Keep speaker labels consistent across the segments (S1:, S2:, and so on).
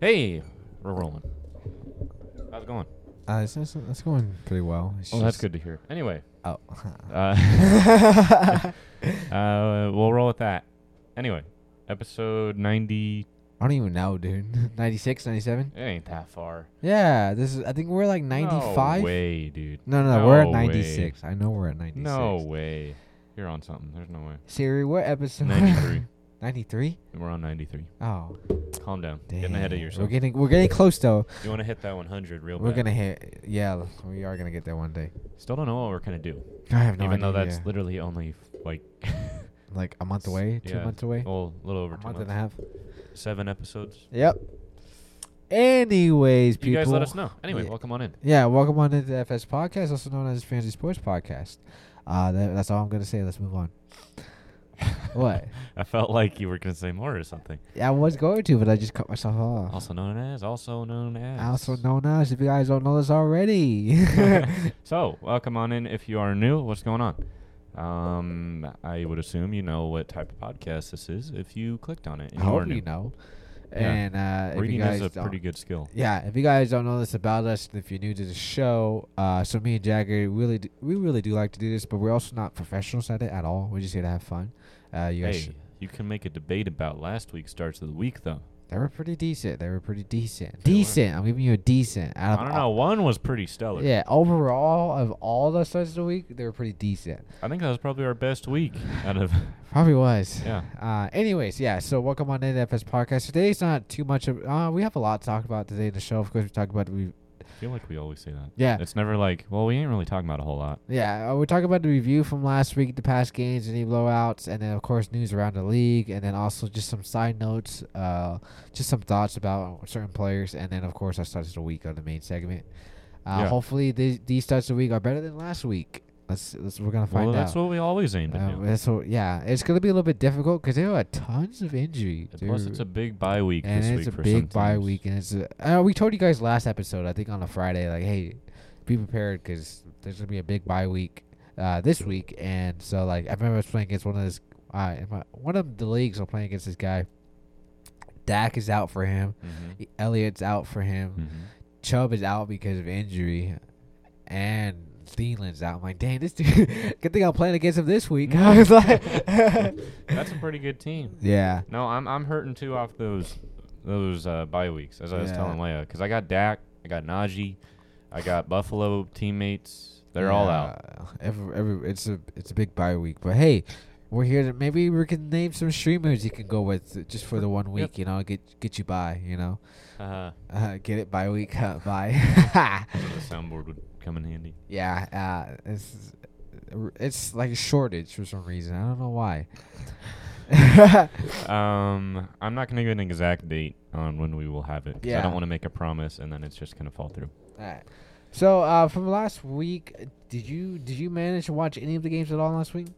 S1: Hey, we're rolling. How's it going?
S2: Uh, it's, it's, it's going pretty well. It's
S1: Oh, that's
S2: just-
S1: good to hear. Anyway,
S2: Oh.
S1: uh, uh, we'll roll with that. Anyway, episode 90.
S2: I don't even know, dude. 96, 97?
S1: It ain't that far.
S2: Yeah, this is. I think we're like
S1: No
S2: 95.
S1: way, dude.
S2: no, no, we're at
S1: way.
S2: 96. I know we're at 96.
S1: No way. You're on something. There's no way.
S2: Siri, what episode?
S1: 93.
S2: 93?
S1: We're on 93.
S2: Oh,
S1: Calm down.
S2: damn.
S1: Getting ahead of
S2: We're
S1: yourself.
S2: getting we're getting close though.
S1: You want to hit that 100 real
S2: We're
S1: bad.
S2: gonna hit. Yeah, we are gonna get there one day.
S1: Still don't know what we're going to do.
S2: I have no
S1: even
S2: idea.
S1: though that's literally only f- like
S2: like a month away, two
S1: yeah,
S2: months away,
S1: well, a little
S2: a
S1: over
S2: month
S1: two
S2: and a
S1: months.
S2: half.
S1: Seven episodes.
S2: Yep. Anyways, people.
S1: You guys let us know. Anyway,
S2: Yeah.
S1: welcome on in.
S2: Yeah, welcome on to the FS podcast, also known as Fantasy Sports Podcast. Uh, that, that's all I'm gonna say. Let's move on. What?
S1: I felt like you were gonna say more or something.
S2: I was going to, but I just cut myself off.
S1: Also known as, also known as.
S2: Uh-huh. Also known as, if you guys don't know this already.
S1: so, welcome on in if you are new. What's going on? Um, I would assume you know what type of podcast this is if you clicked on it.
S2: I
S1: And you are
S2: hope
S1: new.
S2: you know.
S1: Yeah.
S2: And uh, if you
S1: Reading is
S2: guys
S1: a
S2: don't-
S1: pretty good skill.
S2: Yeah, if you guys don't know this about us, if you're new to the show, uh, so me and Jagger really, do, we really do like to do this, but we're also not professionals at it at all. We're just here to have fun. Uh, you guys,
S1: hey, you can make a debate about last week's starts of the week though.
S2: they were pretty decent. They were pretty decent.
S1: They were.
S2: Decent. I'm giving you a decent. Out of
S1: I don't
S2: all-
S1: know. One was pretty stellar.
S2: Yeah, overall of all the starts of the week, they were pretty decent.
S1: I think that was probably our best week out of.
S2: Probably was.
S1: Yeah.
S2: Uh, anyways, yeah. So welcome on in to FS Podcast. Today's not too much of. Uh, we have a lot to talk about today in the show. Of course, we talk about we.
S1: I feel like we always say that.
S2: Yeah.
S1: It's never like, well, we ain't really talking about a whole lot.
S2: Yeah, uh, we're talking about the review from last week, the past games, any blowouts, and then of course news around the league, and then also just some side notes, uh, just some thoughts about certain players, and then of course our starts of the week on the main segment. Uh,
S1: Yeah.
S2: Hopefully these, these starts of the week are better than last week. Let's, let's we're gonna find
S1: well,
S2: out.
S1: that's what we always aim to
S2: Uh,
S1: do.
S2: that's what- yeah, it's gonna be a little bit difficult because there are tons of injuries.
S1: And Plus, it's a big bye week
S2: and
S1: this
S2: it's
S1: week
S2: a
S1: for some
S2: big bye
S1: teams.
S2: week, and it's a, uh, we told you guys last episode, I think on a Friday, like, hey, be prepared because there's gonna be a big bye week uh, this week, and so like I remember I was playing against one of this, uh, in my, one of the leagues I'm playing against this guy. Dak is out for him. E,
S1: Mhm.
S2: Elliott's out for him.
S1: Mhm.
S2: Chubb is out because of injury, and Thielen's out. I'm like, dang, this dude. Good thing I'm playing against him this week. I was like,
S1: That's a pretty good team.
S2: yeah,
S1: No, I'm I'm hurting too off those those uh, bye weeks, as I was
S2: Yeah.
S1: telling Leia, because I got Dak, I got Najee, I got Buffalo teammates. They're all out.
S2: Yeah, Every, every, it's a it's a big bye week, but hey, we're here. To, maybe we can name some streamers you can go with just for the one week. You know, get get you by. You know,
S1: Uh,
S2: uh, get it bye week uh, bye.
S1: so the soundboard would come in handy.
S2: yeah, uh, it's it's like a shortage for some reason. I don't know why.
S1: Um, I'm not gonna give an exact date on when we will have it. 'cause I
S2: Yeah.
S1: don't want to make a promise and then it's just gonna fall through.
S2: Alright. So uh, from last week, uh, did you did you manage to watch any of the games at all last week?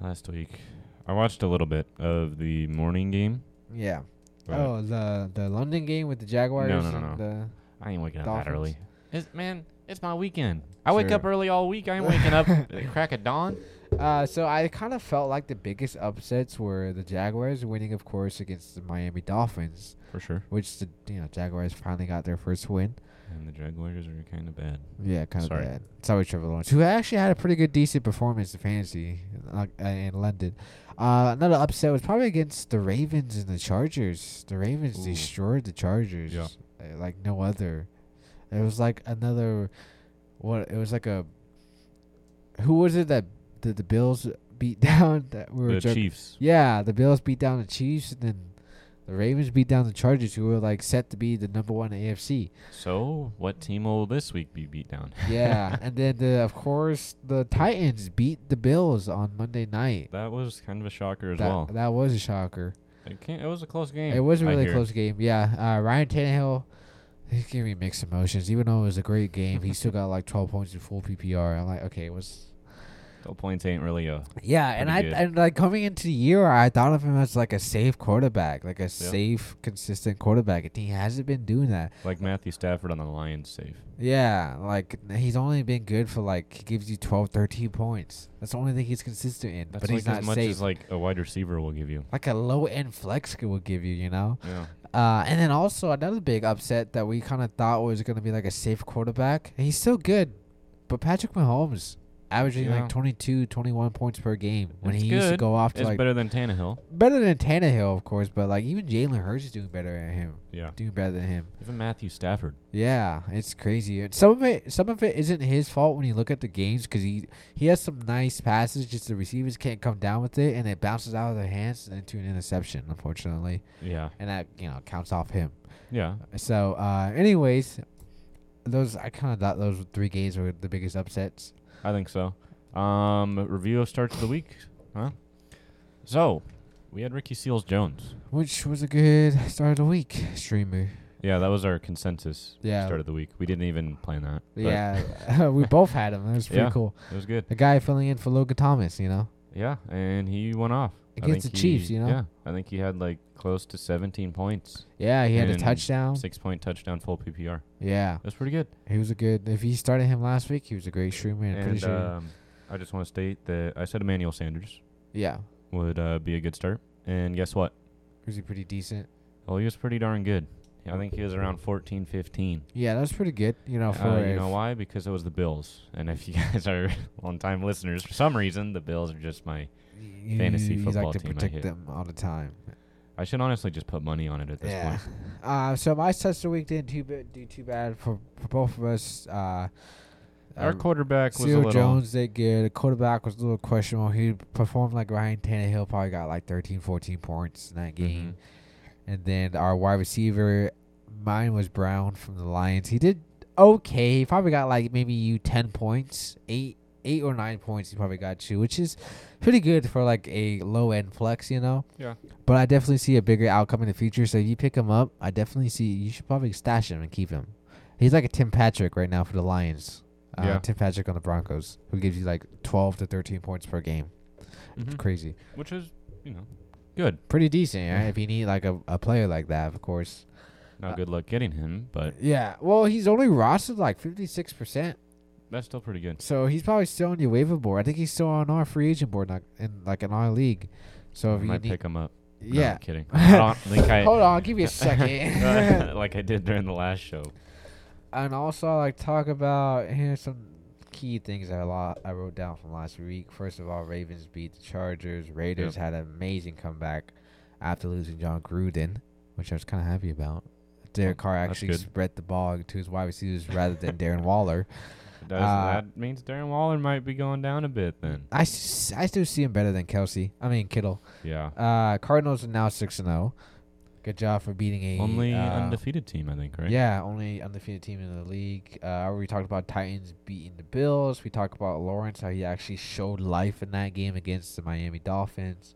S1: Last week, I watched a little bit of the morning game.
S2: Yeah.
S1: but
S2: Oh, the the London game with the Jaguars.
S1: no, no,
S2: and The,
S1: I ain't waking up that
S2: Dolphins?
S1: early. It's, man, it's my weekend. I wake
S2: Sure.
S1: up early all week. I ain't waking up at the crack of dawn.
S2: uh, so I kind of felt like the biggest upsets were the Jaguars winning, of course, against the Miami Dolphins,
S1: For sure.
S2: which the you know Jaguars finally got their first win.
S1: And the Jaguars are kind of bad.
S2: Yeah, kind of
S1: Sorry.
S2: bad. Sorry, Trevor Lawrence, who actually had a pretty good, decent performance in fantasy uh, uh, in London. Uh, another upset was probably against the Ravens and the Chargers. The Ravens
S1: Ooh.
S2: destroyed the Chargers
S1: Yeah.
S2: uh, like no other. It was like another. What it was like a. Who was it that the, the Bills beat down that we were
S1: The
S2: joking-
S1: Chiefs.
S2: yeah, the Bills beat down the Chiefs, and then the Ravens beat down the Chargers, who were like set to be the number one AFC.
S1: So, what team will this week be beat down?
S2: yeah, and then the, of course the Titans beat the Bills on Monday night.
S1: That was kind of a shocker as
S2: that,
S1: well.
S2: that was a shocker.
S1: It, can't, it was a close game.
S2: It was a
S1: I
S2: really
S1: hear.
S2: close game. Yeah, uh, Ryan Tannehill, he's giving me mixed emotions. Even though it was a great game, he still got like 12 points in full PPR. I'm like, okay, it was.
S1: Twelve points ain't really a.
S2: Yeah, and I
S1: Pretty good.
S2: and like coming into the year, I thought of him as like a safe quarterback, like a safe, consistent quarterback, and he hasn't been doing that.
S1: Like Matthew Stafford on the Lions safe.
S2: Yeah, like he's only been good for like he gives you 12, 13 points. That's the only thing he's consistent in.
S1: That's
S2: but
S1: like
S2: he's not
S1: as much
S2: safe.
S1: as like a wide receiver will give you.
S2: like a low end flex could would give you, you know.
S1: Yeah.
S2: Uh, and then also another big upset that we kind of thought was going to be like a safe quarterback. And he's still good, but Patrick Mahomes averaging
S1: Yeah.
S2: like 22, 21 points per game when
S1: It's
S2: he used to
S1: good.
S2: go off to
S1: It's
S2: like better.
S1: better than Tannehill.
S2: than Tannehill, of course, but like even Jalen Hurts is doing better than him,
S1: Yeah.
S2: doing better than him.
S1: Even Matthew Stafford.
S2: Yeah, it's crazy. And Some of it, some of it isn't his fault when you look at the games because he he has some nice passes, just the receivers can't come down with it, and it bounces out of their hands and into an interception, unfortunately,
S1: Yeah.
S2: and that you know counts off him.
S1: Yeah.
S2: So, uh, anyways, those I kind of thought those three games were the biggest upsets.
S1: I think so. Um, review of starts of the week, huh? So, we had Ricky Seals Jones.
S2: Which was a good start of the week, streamer.
S1: Yeah, that was our consensus
S2: Yeah.
S1: start of the week. We didn't even plan that. but
S2: yeah, we both had him. That was pretty
S1: Yeah.
S2: cool.
S1: it was good.
S2: The guy filling in for Logan Thomas, you know.
S1: Yeah, and he went off I
S2: Against
S1: think
S2: the Chiefs,
S1: he-
S2: you know?
S1: Yeah, I think he had like close to 17 points,
S2: Yeah, he had a
S1: And
S2: touchdown.
S1: six point touchdown, full PPR.
S2: Yeah,
S1: That's pretty good.
S2: he was a good. If he started him last week, he was a great streamer. And pretty
S1: and
S2: sure.
S1: um, I just want to state that I said Emmanuel Sanders
S2: yeah,
S1: would uh, be a good start, and guess what?
S2: was he pretty decent?
S1: Well, he was pretty darn good. I think he was around 14, 15.
S2: Yeah, that was pretty good. You know, for
S1: Uh, you
S2: a
S1: know
S2: f-
S1: why? Because it was the Bills. And if you guys are long-time listeners, for some reason, the Bills are just my.
S2: you-
S1: fantasy
S2: you
S1: football
S2: like to
S1: team I
S2: protect
S1: hit.
S2: them all the time.
S1: I should honestly just put money on it at this
S2: yeah.
S1: point.
S2: Uh, so my sets of the week didn't too bad, do too bad for, for both of us. Uh,
S1: Our
S2: uh,
S1: quarterback was a
S2: Cyril
S1: little.
S2: Jones did good. The quarterback was a little questionable. He performed like Ryan Tannehill, probably got like 13, 14 points in that
S1: Mm-hmm.
S2: game. And then our wide receiver, mine was Brown from the Lions. He did okay. He probably got like maybe you 10 points, eight eight or nine points he probably got you, which is pretty good for like a low end flex, you know?
S1: Yeah.
S2: But I definitely see a bigger outcome in the future. So if you pick him up, I definitely see you should probably stash him and keep him. He's like a Tim Patrick right now for the Lions. Uh,
S1: Yeah.
S2: Tim Patrick on the Broncos, who gives you like 12 to 13 points per game. It's
S1: Mhm.
S2: crazy.
S1: Which is, you know, good.
S2: Pretty decent, right? if you need like a, a player like that, of course.
S1: Not
S2: Uh,
S1: good luck getting him, but
S2: Yeah. Well, he's only rostered like 56%.
S1: that's still pretty good.
S2: So he's probably still on your waiver board. I think he's still on our free agent board, like in like in our league. So
S1: I
S2: if you
S1: might
S2: need,
S1: pick him up. No,
S2: yeah.
S1: I'm kidding. I don't think I.
S2: Hold on, give me a second.
S1: like I did during the last show.
S2: and also I like talk about here's some key things that I, lo- I wrote down from last week. First of all, Ravens beat the Chargers. Raiders had an amazing comeback after losing John Gruden, which I was kind of happy about. Derek Carr
S1: that's
S2: actually
S1: good.
S2: spread the ball to his wide receivers rather than Darren Waller.
S1: Does,
S2: Uh,
S1: that means Darren Waller might be going down a bit then.
S2: I, s- I still see him better than Kelsey. I mean Kittle.
S1: Yeah.
S2: Uh, Cardinals are now six and zero. Good job for beating a
S1: Only
S2: uh,
S1: undefeated team, I think, right?
S2: Yeah, only undefeated team in the league. Uh, we talked about Titans beating the Bills. We talked about Lawrence how he actually showed life in that game against the Miami Dolphins.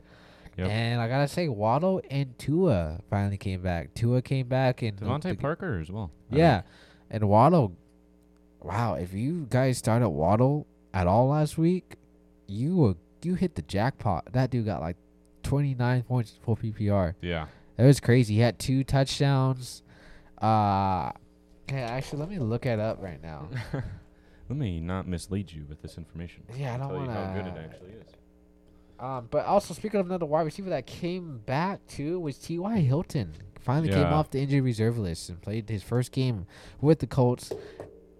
S1: Yep.
S2: And I gotta say, Waddle and Tua finally came back. Tua came back and the-
S1: Devontae
S2: the-
S1: Parker as well. I
S2: Yeah, and Waddle. Wow, if you guys started Waddle at all last week, you were, you hit the jackpot. That dude got like twenty nine points full PPR.
S1: think. Yeah.
S2: That was crazy. He had two touchdowns. Uh, okay, actually, let me look it up right now.
S1: Let me not mislead you with this information.
S2: Yeah, I
S1: I'll
S2: don't
S1: tell
S2: want
S1: you how good it
S2: to.
S1: actually is.
S2: Um, but also speaking of another wide receiver that came back too was T.Y. Hilton. Finally came
S1: Yeah.
S2: off the injury reserve list and played his first game with the Colts.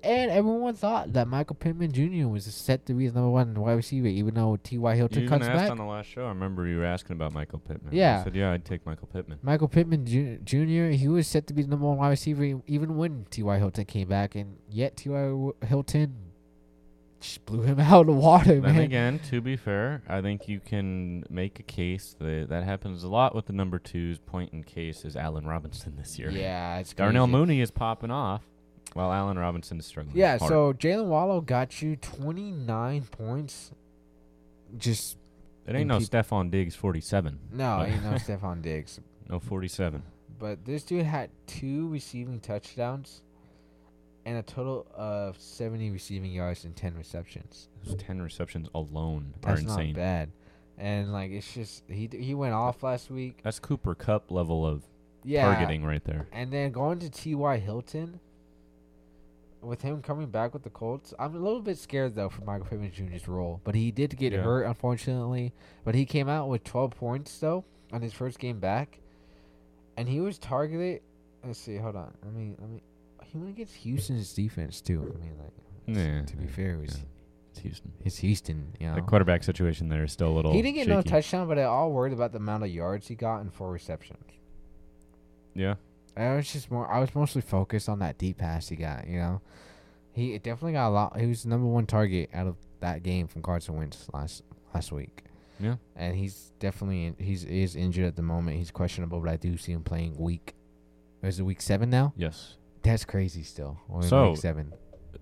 S2: And everyone thought that Michael Pittman Jr. was set to be his number one wide receiver, even though T.Y.
S1: You
S2: Hilton
S1: even
S2: comes
S1: asked
S2: back.
S1: on the last show. I remember you were asking about Michael Pittman.
S2: Yeah.
S1: I said, yeah, I'd take Michael Pittman.
S2: Michael Pittman Ju- Jr. He was set to be the number one wide receiver e- even when T.Y. Hilton came back, and yet T.Y. W- Hilton just blew him out of the water,
S1: Then
S2: man.
S1: again, to be fair, I think you can make a case that that happens a lot with the number twos. Point in case is Allen Robinson this year.
S2: Yeah, it's
S1: Darnell
S2: crazy.
S1: Mooney is popping off, while Allen Robinson is struggling.
S2: Yeah,
S1: hard.
S2: so Jalen Wallow got you 29 points. Just
S1: it ain't no
S2: and
S1: Stephon Diggs forty-seven.
S2: no,
S1: but-
S2: ain't no Stephon Diggs,
S1: no forty-seven.
S2: but this dude had two receiving touchdowns and a total of 70 receiving yards and 10 receptions.
S1: Those ten receptions alone
S2: That's
S1: are insane.
S2: not bad. And like it's just he d- he went off last week.
S1: That's Cooper Cup level of
S2: Yeah.
S1: targeting right there.
S2: And then going to T.Y. Hilton with him coming back with the Colts. I'm a little bit scared though for Michael Pittman Jr.'s role, but he did get
S1: Yeah.
S2: hurt unfortunately, but he came out with 12 points though on his first game back. and he was targeted. Let's see. Hold on. I mean, I mean, he went against Houston's defense too. I mean, like
S1: Yeah,
S2: to be
S1: yeah,
S2: fair, it was
S1: yeah. It's Houston.
S2: it's Houston. You know,
S1: The quarterback situation there is still a little.
S2: he didn't get no
S1: shaky.
S2: touchdown, but I all worried about the amount of yards he got and four receptions.
S1: Yeah.
S2: I was just more. I was mostly focused on that deep pass he got. You know, he definitely got a lot. He was the number one target out of that game from Carson Wentz last last week.
S1: Yeah.
S2: and he's definitely in, he's he is injured at the moment. He's questionable, but I do see him playing week. Is it week seven now?
S1: Yes.
S2: That's crazy. Still, We're in
S1: So-
S2: week seven.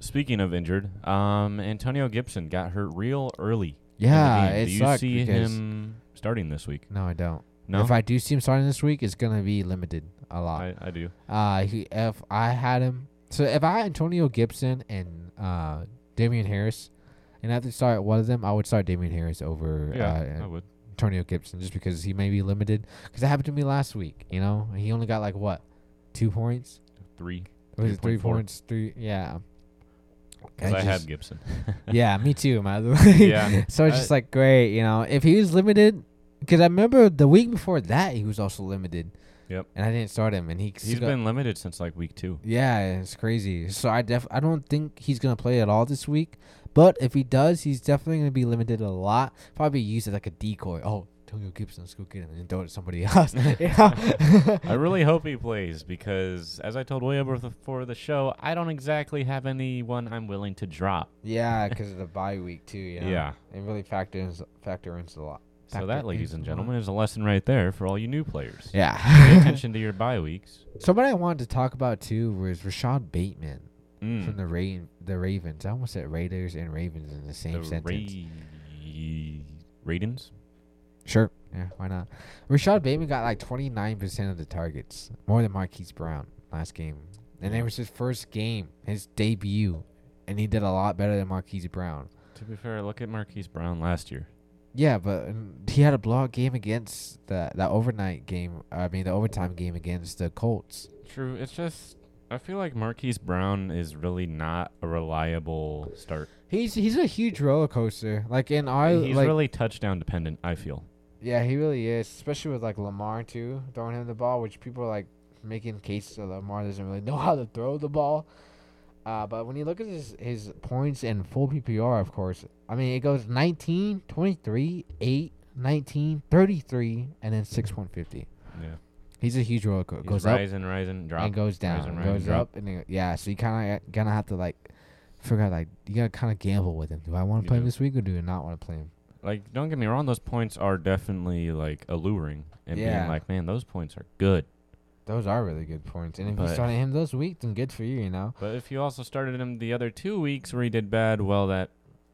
S1: Speaking of injured, um, Antonio Gibson got hurt real early. in the
S2: Yeah,
S1: game.
S2: it
S1: Do you
S2: sucked
S1: see
S2: because-
S1: him starting this week?
S2: No, I don't.
S1: No,
S2: If I do see him starting this week, it's gonna be limited a lot.
S1: I, I do.
S2: uh, he, if I had him, so if I had Antonio Gibson and uh Damian Harris, and I have to start one of them, I would start Damian Harris over
S1: Yeah,
S2: uh,
S1: I would.
S2: Antonio Gibson just because he may be limited. Because that happened to me last week. You know, he only got like what, two points.
S1: Three.
S2: It was three
S1: 3.4.
S2: points, three. Yeah.
S1: Because
S2: I
S1: I,
S2: just-
S1: have Gibson.
S2: yeah, me too, man. yeah.
S1: Yeah,
S2: So it's
S1: I-
S2: just like great, you know. If he was limited, because I remember the week before that he was also limited.
S1: Yep.
S2: And I didn't start him, and he.
S1: He's
S2: still-
S1: been limited since like week two.
S2: Yeah, it's crazy. So I def I don't think he's gonna play at all this week. But if he does, he's definitely gonna be limited a lot. Probably used as like a decoy. Oh, Antonio Gibson, let's go get him and throw it to somebody else. you know?
S1: I really hope he plays because, as I told William before the show, I don't exactly have anyone I'm willing to drop.
S2: Yeah, because of the bye week too. You know?
S1: Yeah.
S2: it really factors factor into a lot.
S1: So
S2: Factor
S1: that, ladies
S2: into
S1: and
S2: a lot.
S1: gentlemen, is a lesson right there for all you new players. Pay
S2: Yeah.
S1: attention to your bye weeks.
S2: Somebody I wanted to talk about too was Rashad Bateman
S1: Mm.
S2: from the Ra- the Ravens. I almost said Raiders and Ravens in the same
S1: the
S2: sentence.
S1: Ra- Raidens?
S2: sure. Yeah, why not? Rashad Bateman got like 29% of the targets, more than Marquise Brown last game. And it was his first game, his debut, and he did a lot better than Marquise Brown.
S1: To be fair, look at Marquise Brown last year.
S2: Yeah, but mm, he had a blowout game against the that overnight game. I mean, the overtime game against the Colts.
S1: True. It's just I feel like Marquise Brown is really not a reliable start.
S2: He's he's a huge roller coaster. Like in our
S1: He's
S2: like
S1: really touchdown dependent. I feel.
S2: yeah, he really is. Especially with like Lamar too throwing him the ball, which people are like making cases that Lamar doesn't really know how to throw the ball. Uh, but when you look at his his points in full PPR, of course, I mean it goes 19, 23, 8, 19, 33, and then 6 150.
S1: Yeah.
S2: He's a huge roller coaster.
S1: He's
S2: Goes up
S1: rising, rising, drop.
S2: and goes down,
S1: rising,
S2: and
S1: rising,
S2: goes
S1: drop.
S2: up, and then, yeah. So you kind of gonna have to like figure out like you gotta kind of gamble with him. Do I want
S1: You
S2: to play him
S1: do.
S2: this week or do I not want to play him?
S1: like, don't get me wrong. Those points are definitely like alluring and
S2: Yeah.
S1: being like, man, those points are good.
S2: Those are really good points. And if you
S1: But-
S2: started him this week, then good for you. You know.
S1: But if you also started him the other two weeks where he did bad, well, that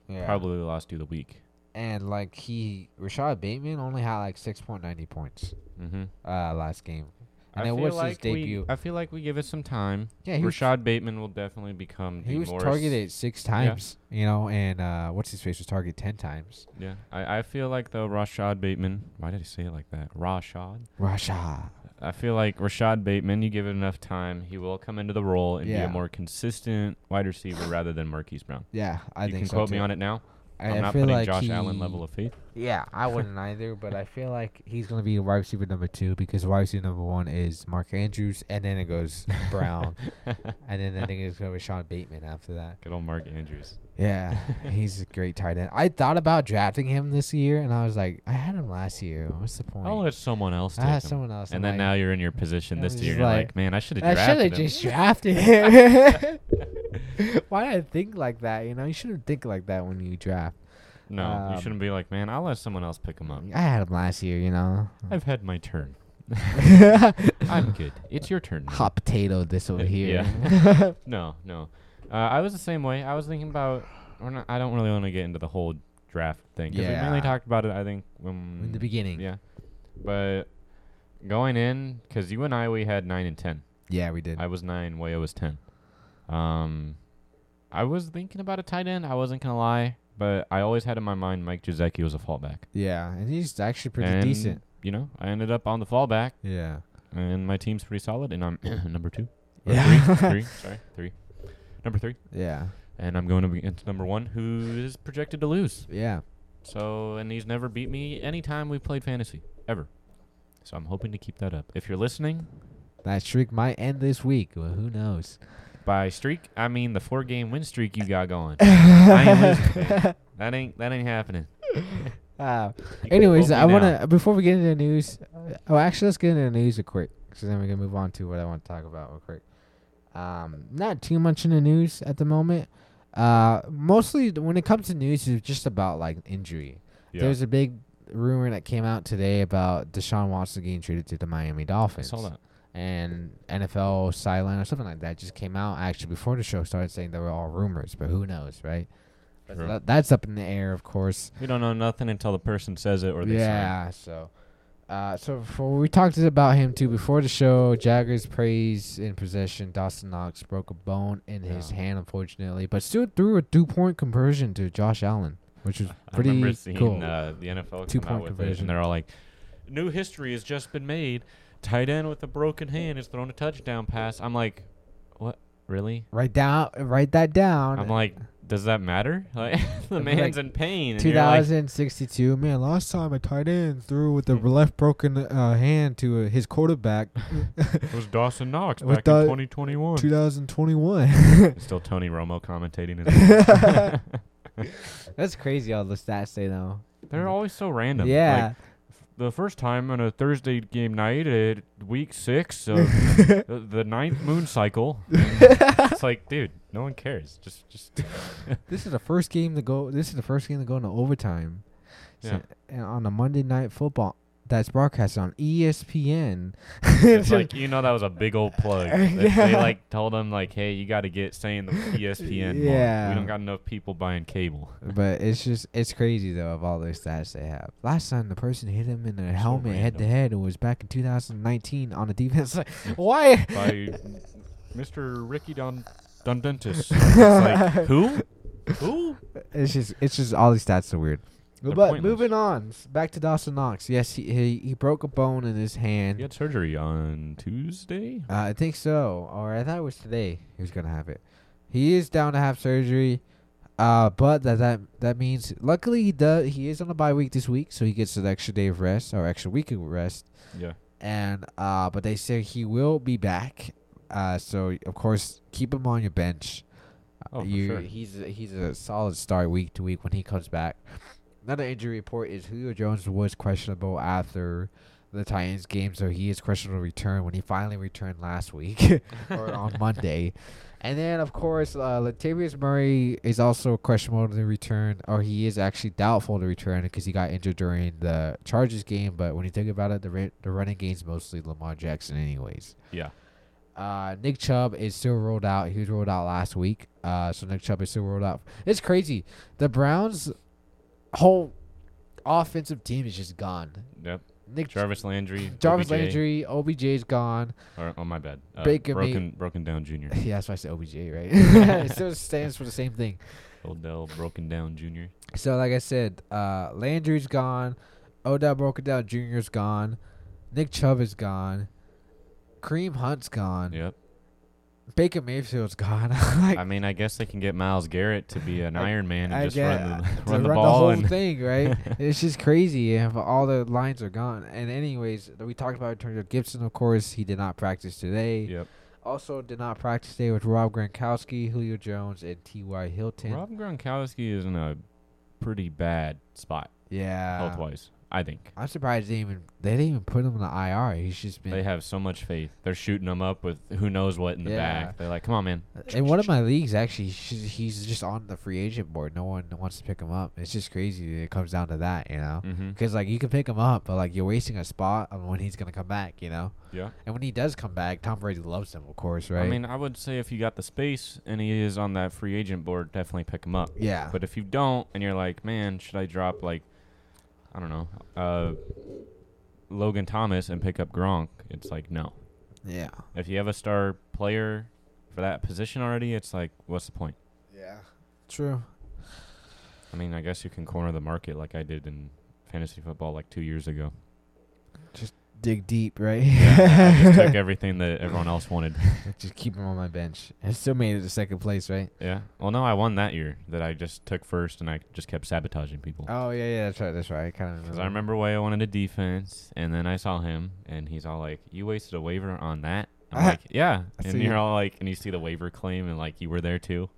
S2: Yeah.
S1: probably lost you the week.
S2: And like he, Rashad Bateman only had like six point ninety points
S1: Mm-hmm.
S2: uh last game, and
S1: I
S2: it
S1: feel
S2: was his
S1: like we-
S2: debut.
S1: I feel like we give it some time.
S2: yeah, he
S1: Rashad Bateman will definitely become
S2: was he
S1: the
S2: was
S1: more s-
S2: targeted six times. You know, and uh, what's his face was targeted ten times.
S1: Yeah, I, I feel like though Rashad Bateman. Why did he say it like that? Rashad.
S2: Rashad.
S1: I feel like Rashad Bateman. You give it enough time, he will come into the role and be
S2: Yeah.
S1: a more consistent wide receiver rather than Marquise Brown.
S2: Yeah, I
S1: you
S2: think
S1: can
S2: so
S1: quote me
S2: too.
S1: on it now.
S2: I,
S1: I'm
S2: I
S1: not
S2: feel
S1: putting
S2: like
S1: Josh Allen
S2: he-
S1: level of faith.
S2: Yeah, I wouldn't either, but I feel like he's gonna be wide receiver number two because wide receiver number one is Mark Andrews, and then it goes Brown, and then I think it's gonna be Sean Bateman after that.
S1: Good old Mark Andrews.
S2: Yeah, he's a great tight end. I thought about drafting him this year, and I was like, I had him last year. What's the point?
S1: I'll let someone else
S2: I
S1: take
S2: had
S1: him.
S2: someone else.
S1: and
S2: I'm
S1: then now
S2: like,
S1: you're in your position
S2: I
S1: this
S2: was
S1: year.
S2: just
S1: and You're
S2: like,
S1: like, man, I should
S2: I
S1: have
S2: should
S1: drafted
S2: have
S1: him.
S2: just drafted him. Why did I think like that? You know, you shouldn't think like that when you draft.
S1: no,
S2: um,
S1: you shouldn't be like, man, I'll let someone else pick him up.
S2: I had him last year. You know,
S1: I've had my turn. I'm good. It's your turn. now.
S2: hot potato this over here.
S1: Yeah. no, no. Uh, I was the same way. I was thinking about. We're not, I don't really want to get into the whole draft thing because we
S2: Yeah.
S1: mainly talked about it. I think when
S2: In the beginning.
S1: Mm, Yeah, but going in because you and I we had nine and ten.
S2: Yeah, we did.
S1: I was nine. Wayo was ten. Um, I was thinking about a tight end. I wasn't gonna lie, but I always had in my mind Mike Jazeki was a fallback.
S2: yeah, and he's actually pretty
S1: And,
S2: decent.
S1: You know, I ended up on the fallback,
S2: Yeah.
S1: and my team's pretty solid, and I'm number two. Or
S2: Yeah.
S1: Three, three. Sorry, three. Number three.
S2: Yeah.
S1: and I'm going up against number one, who is projected to lose.
S2: Yeah.
S1: So, and he's never beat me anytime we've played fantasy ever. So I'm hoping to keep that up. If you're listening,
S2: That streak might end this week. Well, who knows?
S1: by streak, I mean the four game win streak you got going. I ain't losing, baby. That ain't that ain't happening.
S2: Uh,
S1: You can
S2: anyways,
S1: vote me
S2: I want
S1: now.
S2: to before we get into the news. Oh, actually, let's get into the news real quick, because then we can move on to what I want to talk about real quick. Um, not too much in the news at the moment. Uh, mostly th- when it comes to news, it's just about like injury.
S1: Yeah.
S2: There's a big rumor that came out today about Deshaun Watson getting traded to the Miami
S1: I
S2: Dolphins
S1: saw that.
S2: and NFL sideline or something like that just came out actually before the show started saying they were all rumors, but who knows, right? But
S1: True.
S2: that- that's up in the air, of course.
S1: We don't know nothing until the person says it or they sign.
S2: yeah, so. Uh, so for, we talked about him too before the show. Jagger's praise in possession. Dawson Knox broke a bone in his
S1: Yeah.
S2: hand, unfortunately, but still threw a two-point conversion to Josh Allen, which was pretty
S1: I remember seeing
S2: cool.
S1: uh, the NFL
S2: Two
S1: come out
S2: point
S1: with it,
S2: conversion.
S1: and they're all like, "New history has just been made. Tight end with a broken hand is thrown a touchdown pass." I'm like, "What? Really?"
S2: write down, write that down.
S1: I'm like, "Does that matter?" Like, the
S2: I'm
S1: man's
S2: like,
S1: in pain. and you're like,
S2: 2062. Man, last time a tight end threw with the left broken uh, hand to uh, his quarterback.
S1: It was Dawson Knox
S2: With
S1: back
S2: the-
S1: in 2021.
S2: 2021.
S1: Still Tony Romo commentating. His
S2: That's crazy. All the stats say though.
S1: They're always so random. Like,
S2: yeah.
S1: the first time on a Thursday game night at week six of the, the ninth moon cycle. it's like, dude, no one cares. Just, just
S2: this is the first game to go. This is the first game to go into overtime. So-
S1: Yeah.
S2: and on a Monday night football that's broadcast on E ESPN.
S1: it's like you know that was a big old plug. They, they,
S2: Yeah.
S1: like told them like, hey, you got to get saying the E ESPN. more.
S2: Yeah.
S1: we don't got enough people buying cable.
S2: But it's just it's crazy though of all those stats they have. Last time the person hit him in the helmet
S1: random.
S2: head to head it was back in 2019 on a defense. Like, why?
S1: By Mr. Ricky Don Don Dentis. It's like who? Who?
S2: It's just it's just all these stats are weird.
S1: They're
S2: but
S1: pointless.
S2: moving on s- back to Dawson Knox. Yes, he he, he broke a bone in his hand.
S1: He had surgery on Tuesday.
S2: Uh, I think so, or I thought it was today he was gonna have it. He is down to have surgery, uh, but that that that means luckily he does he is on a bye week this week, so he gets an extra day of rest or extra week of rest.
S1: Yeah.
S2: and uh, but they say he will be back. Uh, so of course, keep him on your bench.
S1: Oh, for
S2: you,
S1: sure.
S2: he's a, he's a solid star week to week when he comes back. Another injury report is Julio Jones was questionable after the Titans game, so he is questionable to return when he finally returned last week or on Monday. And then of course, uh, Latavius Murray is also questionable to return, or he is actually doubtful to return because he got injured during the Chargers game. But when you think about it, the ra- the running game's mostly Lamar Jackson, anyways.
S1: Yeah.
S2: Uh, Nick Chubb is still rolled out. He was rolled out last week. Uh, so Nick Chubb is still rolled out. It's crazy. The Browns' whole offensive team is just gone.
S1: Yep.
S2: Nick
S1: Jarvis Landry.
S2: Jarvis
S1: OBJ,
S2: Landry, OBJ's gone.
S1: Or, oh my bad. Uh,
S2: Baker May-
S1: broken, broken down junior.
S2: yeah, that's why I said OBJ, right? it still stands for the same thing.
S1: Odell broken down junior.
S2: So like I said, uh, Landry's gone, Odell Brokadow Jr.'s gone, Nick Chubb is gone, Kareem Hunt's gone,
S1: Yep.
S2: Baker Mayfield's gone. like,
S1: I mean, I guess they can get Miles Garrett to be an
S2: I-
S1: Iron Man and
S2: I
S1: just
S2: get-
S1: run
S2: to
S1: the run the
S2: run
S1: ball
S2: whole
S1: and
S2: thing, right? it's just crazy if all the lines are gone. And anyways, we talked about Antonio Gibson, of course. He did not practice today.
S1: yep.
S2: Also did not practice today with Rob Gronkowski, Julio Jones, and T.Y. Hilton.
S1: Rob Gronkowski is in a pretty bad spot
S2: yeah.
S1: health wise. I think
S2: I'm surprised they even they didn't even put him in the IR. He's just been
S1: they have so much faith. They're shooting him up with who knows what in the
S2: Yeah.
S1: back. They're like, come on, man.
S2: uh, In one of my leagues, actually, she's- he's just on the free agent board. No one wants to pick him up. It's just crazy. that It comes down to that, you know,
S1: Mm-hmm.
S2: because like you can pick him up, but like you're wasting a spot on when he's gonna come back, you know.
S1: Yeah.
S2: And when he does come back, Tom Brady loves him, of course, right?
S1: I mean, I would say if you got the space and he is on that free agent board, definitely pick him up.
S2: yeah,
S1: But if you don't, and you're like, man, should I drop like, I don't know, uh, Logan Thomas and pick up Gronk? It's like no.
S2: yeah,
S1: If you have a star player for that position already, it's like, what's the point?
S2: yeah, true.
S1: I mean, I guess you can corner the market like I did in fantasy football like two years ago.
S2: dig deep, right?
S1: Yeah, I just took everything that everyone else wanted.
S2: Just keep him on my bench. I still made it to second place, right?
S1: Yeah. Well, no, I won that year that I just took first and I just kept sabotaging people.
S2: Oh yeah, yeah, that's right, that's right. I kind of
S1: Because I remember way I wanted a defense, and then I saw him, and he's all like, "You wasted a waiver on that." I'm like, "Yeah,"
S2: I
S1: and
S2: see.
S1: you're all like, and you see the waiver claim, and like you were there too.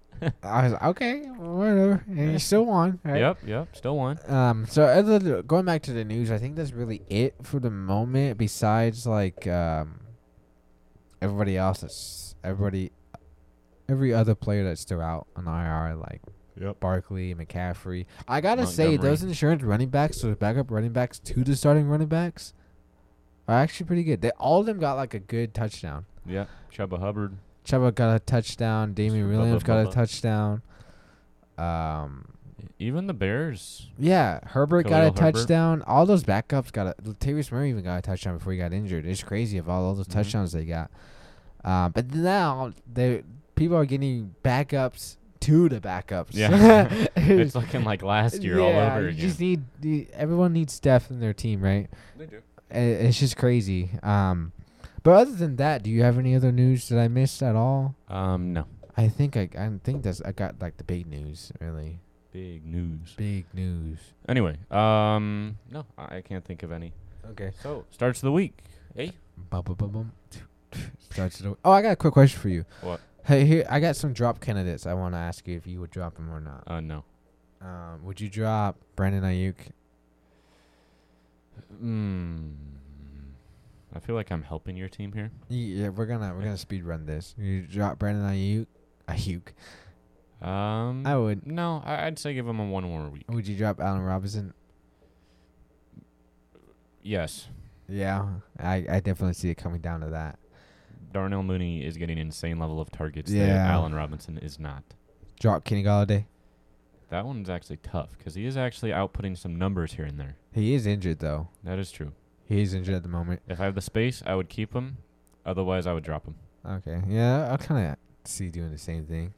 S2: I was like, okay, whatever, and
S1: Yeah.
S2: you still won, right?
S1: Yep, yep, still won.
S2: Um. So other th- going back to the news, I think that's really it for the moment. Besides, like, um, everybody else that's everybody, every other player that's still out on IR, like
S1: Yep.
S2: Barkley, McCaffrey. I gotta say,
S1: Montgomery.
S2: those insurance running backs, those backup running backs to the starting running backs, are actually pretty good. They all of them got like a good touchdown.
S1: Yep. Chuba Hubbard.
S2: Chuba got a touchdown. Damian
S1: Bubba
S2: Williams got a
S1: Bubba.
S2: touchdown. Um.
S1: Even the Bears.
S2: Yeah, Herbert got a
S1: Khalil Herbert.
S2: touchdown. All those backups got a. Latavius Murray even got a touchdown before he got injured. It's crazy of all, all those
S1: Mhm.
S2: touchdowns they got. Uh, but now they people are getting backups to the backups.
S1: Yeah. It's looking like last year all over
S2: you
S1: again.
S2: just need you- everyone needs Steph in their team, right?
S1: They do.
S2: I- It's just crazy. Um, but other than that, do you have any other news that I missed at all?
S1: Um, no.
S2: I think I I think that's I got like the big news really.
S1: Big news.
S2: Big news.
S1: Anyway, um, no, I I can't think of any.
S2: Okay.
S1: So starts of the week. Hey.
S2: Bum, bum, bum, bum. Starts it o- Oh, I got a quick question for you.
S1: What?
S2: Hey, here I got some drop candidates. I want to ask you if you would drop them or not.
S1: Uh, no.
S2: Um, would you drop Brandon Ayuk?
S1: Hmm. I feel like I'm helping your team here.
S2: Y- Yeah, we're gonna we're gonna speed run this. You drop Brandon Ayuk? Ayuk.
S1: Um.
S2: I would.
S1: No, I- I'd say give him a one more week.
S2: Would you drop Allen Robinson?
S1: Yes.
S2: Yeah, I I definitely see it coming down to that.
S1: Darnell Mooney is getting insane level of targets
S2: Yeah.
S1: that Allen Robinson is not.
S2: Drop Kenny Galladay.
S1: That one's actually tough because he is actually outputting some numbers here and there.
S2: He is injured though.
S1: That is true.
S2: He is injured at the moment.
S1: If I have the space, I would keep him. Otherwise, I would drop him.
S2: Okay. Yeah, I kind of see doing the same thing.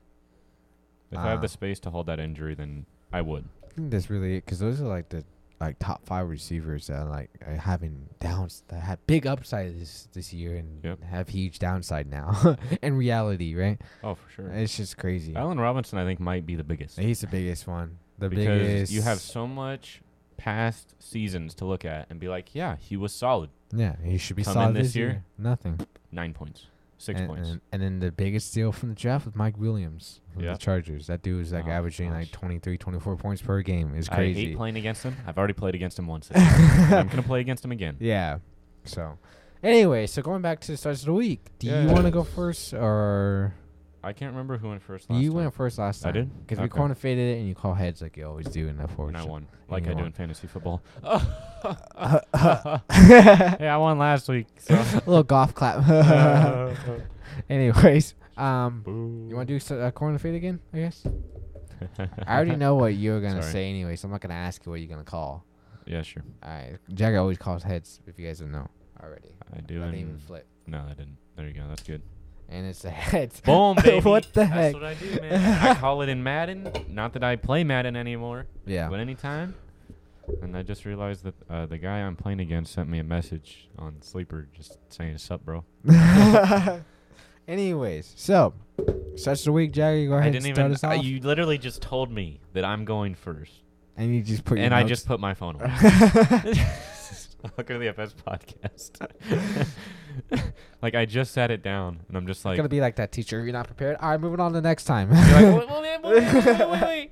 S1: If I have
S2: Ah.
S1: the space to hold that injury, then I would.
S2: I think that's really it because those are like the like top five receivers that are like are having downs that had big upside this this year and
S1: Yep.
S2: have huge downside now in reality, right?
S1: Oh, for sure.
S2: It's just crazy.
S1: Allen Robinson, I think, might be the biggest
S2: He's the biggest one. The
S1: because
S2: biggest.
S1: you have so much past seasons to look at and be like, yeah, he was solid.
S2: yeah. He should be
S1: come in
S2: solid
S1: this
S2: this year.
S1: year,
S2: Nothing.
S1: Nine points, six
S2: and,
S1: points.
S2: And, and then the biggest steal from the draft was Mike Williams from
S1: Yeah.
S2: the Chargers. That dude was like
S1: Oh,
S2: averaging like
S1: gosh.
S2: 23, 24 points per game. It's
S1: I hate
S2: crazy.
S1: playing against him. I've already played against him once. this year. I'm gonna play against him again.
S2: Yeah. So, anyway, so going back to the starts of the week, do you want to go
S1: Yes.
S2: first or?
S1: I can't remember who went first. Last
S2: you
S1: time.
S2: went first last time.
S1: I did?
S2: Because we
S1: Okay.
S2: quantified it and you call heads like you always do in that four.
S1: and I won, like
S2: you
S1: I do
S2: won.
S1: in fantasy football. hey, I won last week. So.
S2: little golf clap. Anyways, um, you want to do s- uh, quantified again? I guess. I already know what you were gonna
S1: Sorry.
S2: say anyway, so I'm not gonna ask you what you're gonna call.
S1: Yeah, sure.
S2: All right, Jagger always calls heads. If you guys don't know already,
S1: I do.
S2: I didn't
S1: and-
S2: even flip,
S1: no, I didn't. There you go. That's good.
S2: and it's a heads.
S1: Boom, baby.
S2: What the
S1: That's
S2: heck?
S1: what I do, man. I call it in Madden. Not that I play Madden anymore,
S2: Yeah.
S1: but anytime. And I just realized that uh, the guy I'm playing against sent me a message on Sleeper just saying, Sup, bro.
S2: Anyways, so starts the week, Jagger. Go
S1: I
S2: ahead and
S1: didn't
S2: start
S1: even.
S2: us off,
S1: uh, you literally just told me that I'm going first.
S2: and you just put your
S1: and I
S2: notes-
S1: just put my phone away. Welcome to the FS podcast. like I just sat it down, and I'm just
S2: It's
S1: like,
S2: gonna be like that teacher. You're not prepared. All right, moving on to next time.
S1: You're like, "Wait, wait, wait, wait, wait, wait, wait."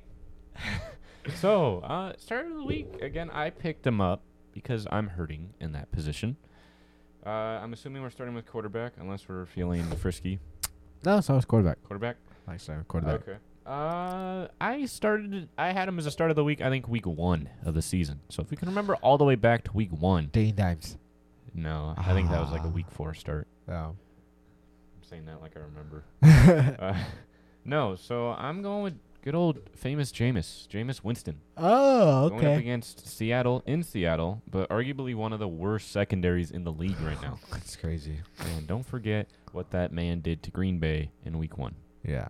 S1: so uh, start of the week again. I picked him up because I'm hurting in that position. Uh, I'm assuming we're starting with quarterback, unless we're feeling frisky.
S2: no, so it's quarterback.
S1: Quarterback.
S2: Actually, I'm quarterback.
S1: Okay. Uh, I started. I had him as a start of the week. I think week one of the season. So if we can remember all the way back to week one.
S2: Dane Dimes.
S1: No, I think that was like a
S2: Ah.
S1: week four start.
S2: Oh.
S1: I'm saying that like I remember. Uh, no, so I'm going with good old famous Jameis, Jameis Winston.
S2: oh,
S1: Going up against Seattle in Seattle, but arguably one of the worst secondaries in the league right now.
S2: That's crazy.
S1: and don't forget what that man did to Green Bay in week one.
S2: Yeah.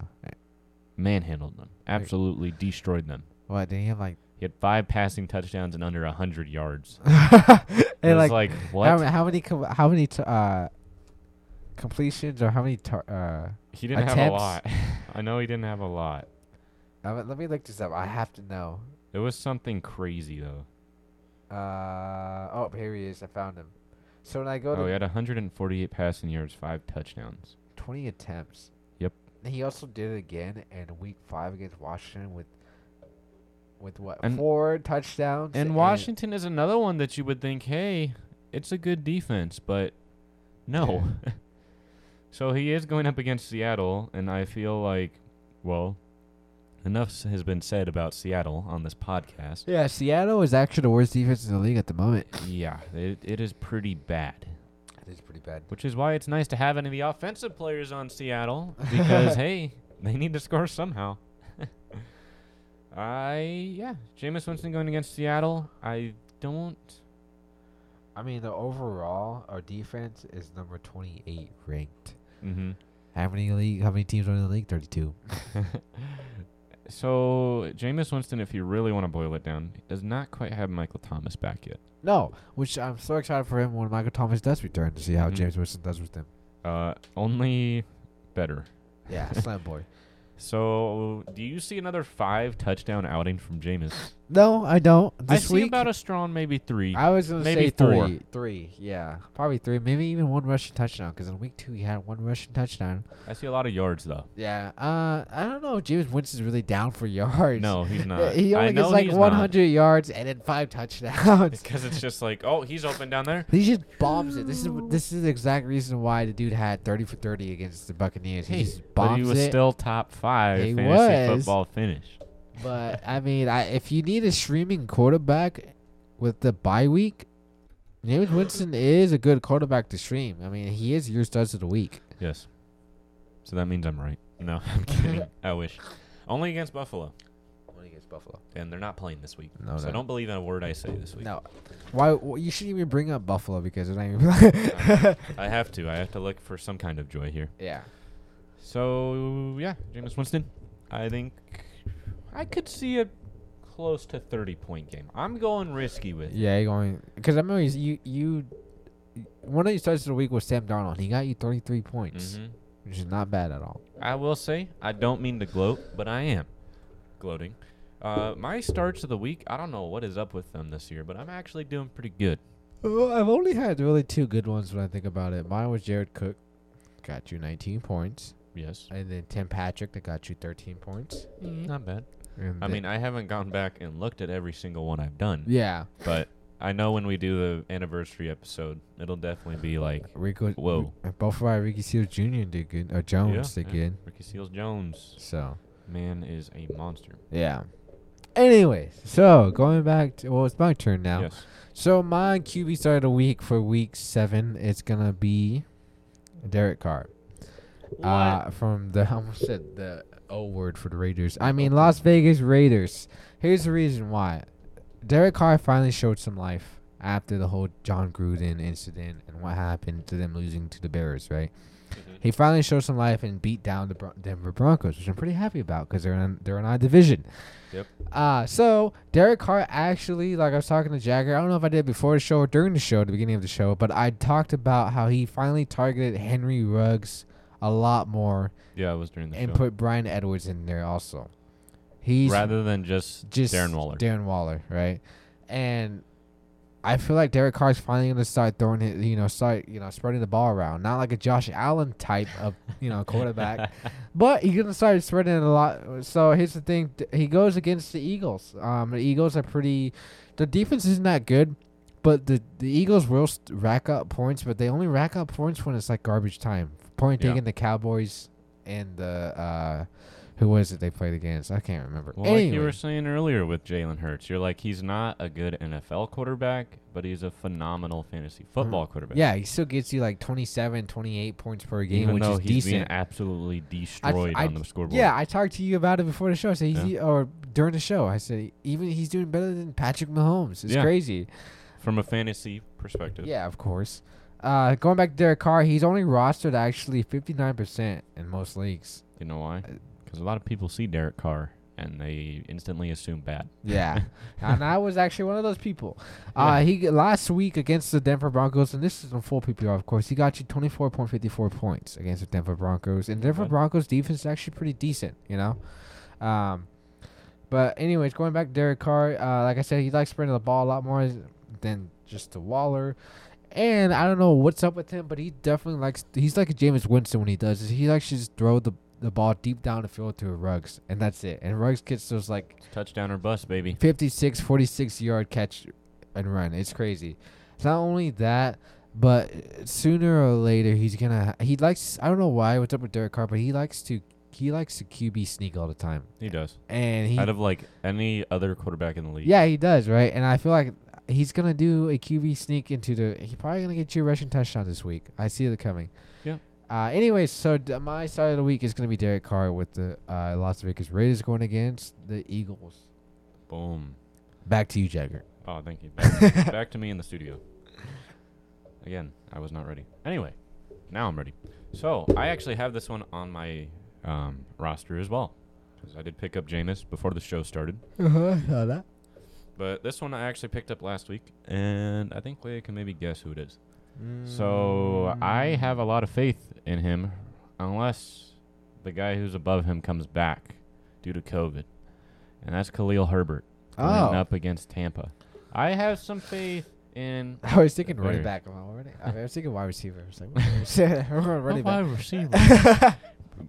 S1: Manhandled them. Absolutely destroyed them.
S2: What? Did he have like?
S1: He had five passing touchdowns and under 100 yards. It
S2: And
S1: was
S2: like,
S1: like, what?
S2: how, how many com- how many t- uh, completions or how many tar- uh,
S1: he didn't have a
S2: attempts?
S1: lot. I know he didn't have a lot.
S2: uh, uh, let me look this up. I have to know.
S1: It was something crazy though.
S2: Uh, oh, here he is. I found him. So when I go
S1: Oh,
S2: to
S1: he had 148 passing yards, five touchdowns.
S2: 20 attempts.
S1: Yep.
S2: And he also did it again in Week Five against Washington with with what
S1: And-
S2: four touchdowns.
S1: And Washington is another one that you would think, hey, it's a good defense, but no. so he is going up against Seattle, and I feel like, well, enough s- has been said about Seattle on this podcast.
S2: Yeah, Seattle is actually the worst defense in the league at the moment.
S1: Yeah, it, it is pretty bad,
S2: It is pretty bad.
S1: which is why it's nice to have any of the offensive players on Seattle because, hey, they need to score somehow. I, yeah, Jameis Winston going against Seattle. I don't
S2: I mean, the overall our defense is number 28 ranked.
S1: Mm-hmm.
S2: How many league? How many teams are in the league? 32.
S1: So Jameis Winston, if you really want to boil it down, does not quite have Michael Thomas back yet.
S2: No, which I'm so excited for him when Michael Thomas does return to see how
S1: Mhm.
S2: James Winston does with him.
S1: Uh, only better.
S2: Yeah, slam boy.
S1: So do you see another five touchdown outing from Jameis?
S2: No, I don't.
S1: I
S2: This
S1: see
S2: week,
S1: about a strong maybe three.
S2: I was gonna
S1: maybe
S2: say
S1: four.
S2: three, three, yeah, probably three, maybe even one rushing touchdown. Because in week two he had one rushing touchdown.
S1: I see a lot of yards though.
S2: Yeah, uh, I don't know. if James Winston's really down for yards.
S1: No, he's
S2: Yeah,
S1: not.
S2: he
S1: I
S2: only
S1: know
S2: gets like
S1: he's not,
S2: 100 yards and then five touchdowns.
S1: because it's just like, oh, he's open down there.
S2: He just bombs it. This is this is the exact reason why the dude had 30 for 30 against the Buccaneers. He
S1: Hey,
S2: just
S1: but
S2: bombs
S1: he was
S2: it.
S1: still top five
S2: He
S1: fantasy
S2: was.
S1: football finish.
S2: but I mean, I, if you need a streaming quarterback with the bye week, James Winston is a good quarterback to stream. I mean, he is your studs of the week.
S1: Yes. So that means I'm right. No, I'm kidding. I wish. Only against Buffalo.
S2: When he gets Buffalo.
S1: and they're not playing this week.
S2: No,
S1: so
S2: no.
S1: don't believe in a word I say this week.
S2: No, why? wh- you shouldn't even bring up Buffalo because they're not even.
S1: I have to. I have to look for some kind of joy here.
S2: yeah.
S1: So yeah, Jameis Winston. I think I could see a close to thirty point game. I'm going risky with. it.
S2: Yeah, you're going because I remember he's- you you one of your starts of the week was Sam Donald. He got you 33 points,
S1: Mhm.
S2: which is not bad at all.
S1: I will say I don't mean to gloat, but I am gloating. Uh, my starts of the week. I don't know what is up with them this year, but I'm actually doing pretty good.
S2: Well, I've only had really two good ones when I think about it. Mine was Jared Cook, got you 19 points,
S1: Yes,
S2: and then Tim Patrick that got you 13 points.
S1: not bad.
S2: And
S1: I
S2: the-
S1: mean, I haven't gone back and looked at every single one I've done.
S2: yeah,
S1: But I know when we do the anniversary episode, it'll definitely be like
S2: Rico.
S1: Whoa.
S2: and both of our Ricky Seals Jr. did good, or Jones
S1: Yeah,
S2: did
S1: yeah.
S2: good.
S1: Ricky Seals Jones.
S2: So
S1: Man is a monster.
S2: yeah. Anyways, so going back to well, it's my turn now.
S1: Yes.
S2: So my QB start of the week for week seven, it's gonna be Derek Carr. Uh, from the I almost said the O word for the Raiders. I mean Las Vegas Raiders. Here's the reason why. Derek Carr finally showed some life after the whole John Gruden incident and what happened to them losing to the Bears, right? He finally showed some life and beat down the Bron- Denver Broncos, which I'm pretty happy about because they're in they're in our division.
S1: Yep.
S2: Uh, so Derek Carr actually, like I was talking to Jagger, I don't know if I did before the show or during the show, the beginning of the show, but I talked about how he finally targeted Henry Ruggs a lot more
S1: yeah, it was during the
S2: and
S1: show.
S2: put Brian Edwards in there also. He's
S1: Rather than just,
S2: just
S1: Darren Waller.
S2: Darren Waller, right? And I feel like Derek Carr's finally gonna start throwing it, you know, start you know spreading the ball around. Not like a Josh Allen type of you know quarterback, but he's gonna start spreading it a lot. So here's the thing: th- he goes against the Eagles. Um, the Eagles are pretty. The defense isn't that good. But the, the Eagles will st- rack up points, but they only rack up points when it's like garbage time. Point
S1: Yeah.
S2: taking the Cowboys and the uh, who was it they played against? I can't remember.
S1: well, like you
S2: Anyway.
S1: were saying earlier with Jalen Hurts, you're like he's not a good NFL quarterback, but he's a phenomenal fantasy football quarterback.
S2: Mm. Yeah, he still gets you like 27, 28 points per game,
S1: even
S2: which
S1: though
S2: is
S1: he's being
S2: decent.
S1: absolutely destroyed
S2: I-
S1: on the scoreboard.
S2: Yeah, I talked to you about it before the show. I said,
S1: Yeah.
S2: he, or during the show, I said, even he's doing better than Patrick Mahomes. It's
S1: Yeah.
S2: crazy.
S1: from a fantasy perspective.
S2: Yeah, of course. Uh, going back to Derek Carr, he's only rostered actually 59% in most leagues. Uh,
S1: You know why? Because a lot of people see Derek Carr and they instantly assume bad.
S2: Yeah, and I was actually one of those people. Uh, he g- last week against the Denver Broncos, and this is on full PPR, of course. He got you twenty four point fifty four points against the Denver Broncos, and Denver
S1: Bad.
S2: Broncos defense is actually pretty decent, you know. Um, but anyways, going back to Derek Carr, uh, like I said, he likes spreading the ball a lot more than just to Waller. And I don't know what's up with him, but he definitely likes. He's like a Jameis Winston when he does this. He likes to just throw the the ball deep down the field to Ruggs, and that's it. And Ruggs gets those like
S1: It's touchdown or bust, baby.
S2: 56, 46 yard catch and run. It's crazy. It's not only that, but sooner or later he's gonna. He likes. I don't know why. What's up with Derek Carr? But he likes to. He likes to QB sneak all the time,
S1: He does.
S2: and he.
S1: Out of like any other quarterback in the league.
S2: Yeah, he does right, and I feel like he's gonna do a QB sneak into the. He's probably gonna get you a rushing touchdown this week. I see it coming.
S1: Yeah.
S2: Uh, anyways, so d- my start of the week is gonna be Derek Carr with the uh, Las Vegas Raiders going against the Eagles.
S1: Boom.
S2: Back to you, Jagger.
S1: Oh, thank you. Back, back to me in the studio. Again, I was not ready. Anyway, now I'm ready. So I actually have this one on my um, roster as well, because I did pick up Jameis before the show started.
S2: Uh-huh, that.
S1: But this one I actually picked up last week, and I think Leia can maybe guess who it is. So
S2: Mm.
S1: I have a lot of faith in him, unless the guy who's above him comes back due to COVID, and that's Khalil Herbert going
S2: Oh,
S1: up against Tampa. I have some faith in
S2: I was thinking running
S1: Raiders.
S2: back. I'm already. I was thinking wide receiver. I was like, what? running back.
S1: receiver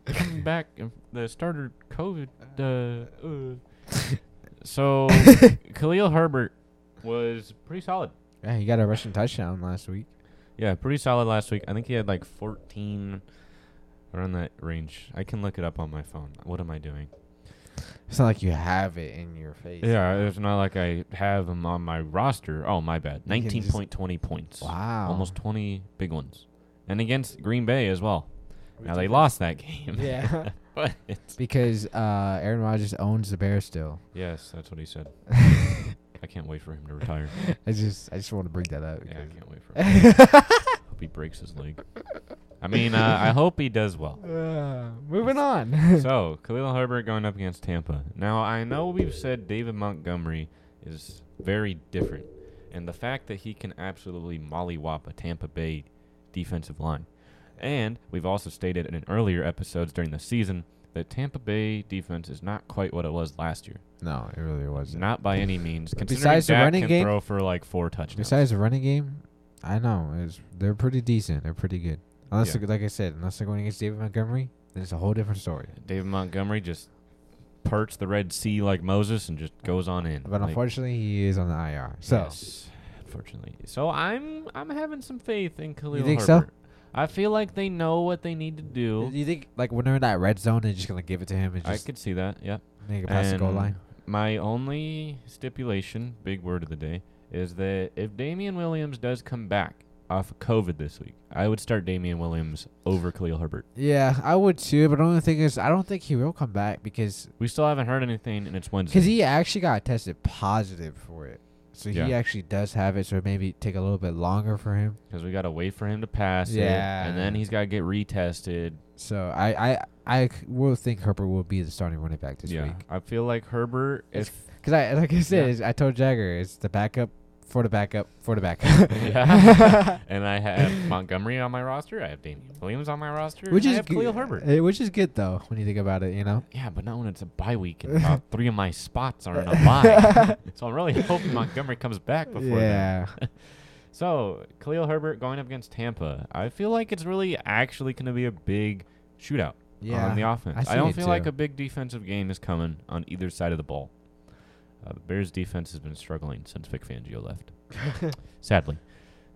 S1: coming back and the starter COVID. Uh, uh. so Khalil Herbert was pretty solid.
S2: Yeah, he got a rushing touchdown last week.
S1: Yeah, pretty solid last week. I think he had like 14 around that range. I can look it up on my phone. What am I doing?
S2: It's not like you have it in your face.
S1: Yeah, it's not like I have him on my roster. Oh, my bad.
S2: You can just-
S1: 19.20 points.
S2: Wow.
S1: Almost 20 big ones. And against Green Bay as well. Now they
S2: Ridiculous.
S1: lost that game.
S2: Yeah.
S1: but
S2: because uh, Aaron Rodgers owns the Bears still.
S1: yes, that's what he said. I can't wait for him to retire.
S2: I just I just want to bring that up.
S1: Yeah, I
S2: because-
S1: can't wait for him. hope he breaks his leg. I mean, uh, I hope he does well.
S2: Uh, moving on.
S1: So, Khalil Herbert going up against Tampa. Now, I know we've said David Montgomery is very different, and the fact that he can absolutely mollywop a Tampa Bay defensive line. And we've also stated in earlier episodes during the season that Tampa Bay defense is not quite what it was last year.
S2: no, it really wasn't.
S1: Not by any means. Considering
S2: Besides the
S1: Dak
S2: running
S1: can
S2: game-
S1: throw for like four touchdowns.
S2: Besides the running game, I know it's, they're pretty decent. They're pretty good. Unless,
S1: Yeah.
S2: they're- like I said, unless they're going against David Montgomery, then it's a whole different story.
S1: David Montgomery just parts the Red Sea like Moses and just goes on in.
S2: But
S1: Like,
S2: unfortunately, he is on the IR. So
S1: Yes, unfortunately. So I'm I'm having some faith in Khalil
S2: think so?
S1: Herbert. I feel like they know what they need to
S2: do
S1: do.
S2: you think like when they're in that red zone, they're just gonna give it to him and
S1: I
S2: just
S1: could see that. Yeah.
S2: make it past the goal
S1: And
S2: line?
S1: My only stipulation, big word of the day, is that if Damian Williams does come back off of COVID this week, I would start Damian Williams over Khalil Herbert.
S2: Yeah, I would too. But the only thing is, I don't think he will come back because
S1: We still haven't heard anything, and it's Wednesday.
S2: because he actually got tested positive for it. So he
S1: Yeah.
S2: actually does have it. So it maybe take a little bit longer for him.
S1: Because we got to wait for him to pass it, and then
S2: Yeah.
S1: he's got to get retested.
S2: So I I I c- will think Herbert will be the starting running back this
S1: yeah.
S2: week.
S1: I feel like Herbert,
S2: It's-
S1: if
S2: Because I like I said,
S1: Yeah.
S2: is I told Jagger it's the backup for the backup for the backup.
S1: yeah. and I have Montgomery on my roster. I have Damian Williams on my roster.
S2: Which
S1: and I
S2: is
S1: have
S2: good-
S1: Khalil Herbert.
S2: eh, which is good though when you think about it. You know.
S1: yeah, but not when it's a bye week and about three of my spots are in a bye. so I'm really hoping Montgomery comes back before that.
S2: yeah.
S1: So Khalil Herbert going up against Tampa. I feel like it's really actually going to be a big shootout
S2: Yeah.
S1: on the offense.
S2: I
S1: I,
S2: see
S1: don't
S2: it
S1: feel like
S2: too.
S1: a big defensive game is coming on either side of the ball. Uh, the Bears defense has been struggling since Vic Fangio left. Sadly.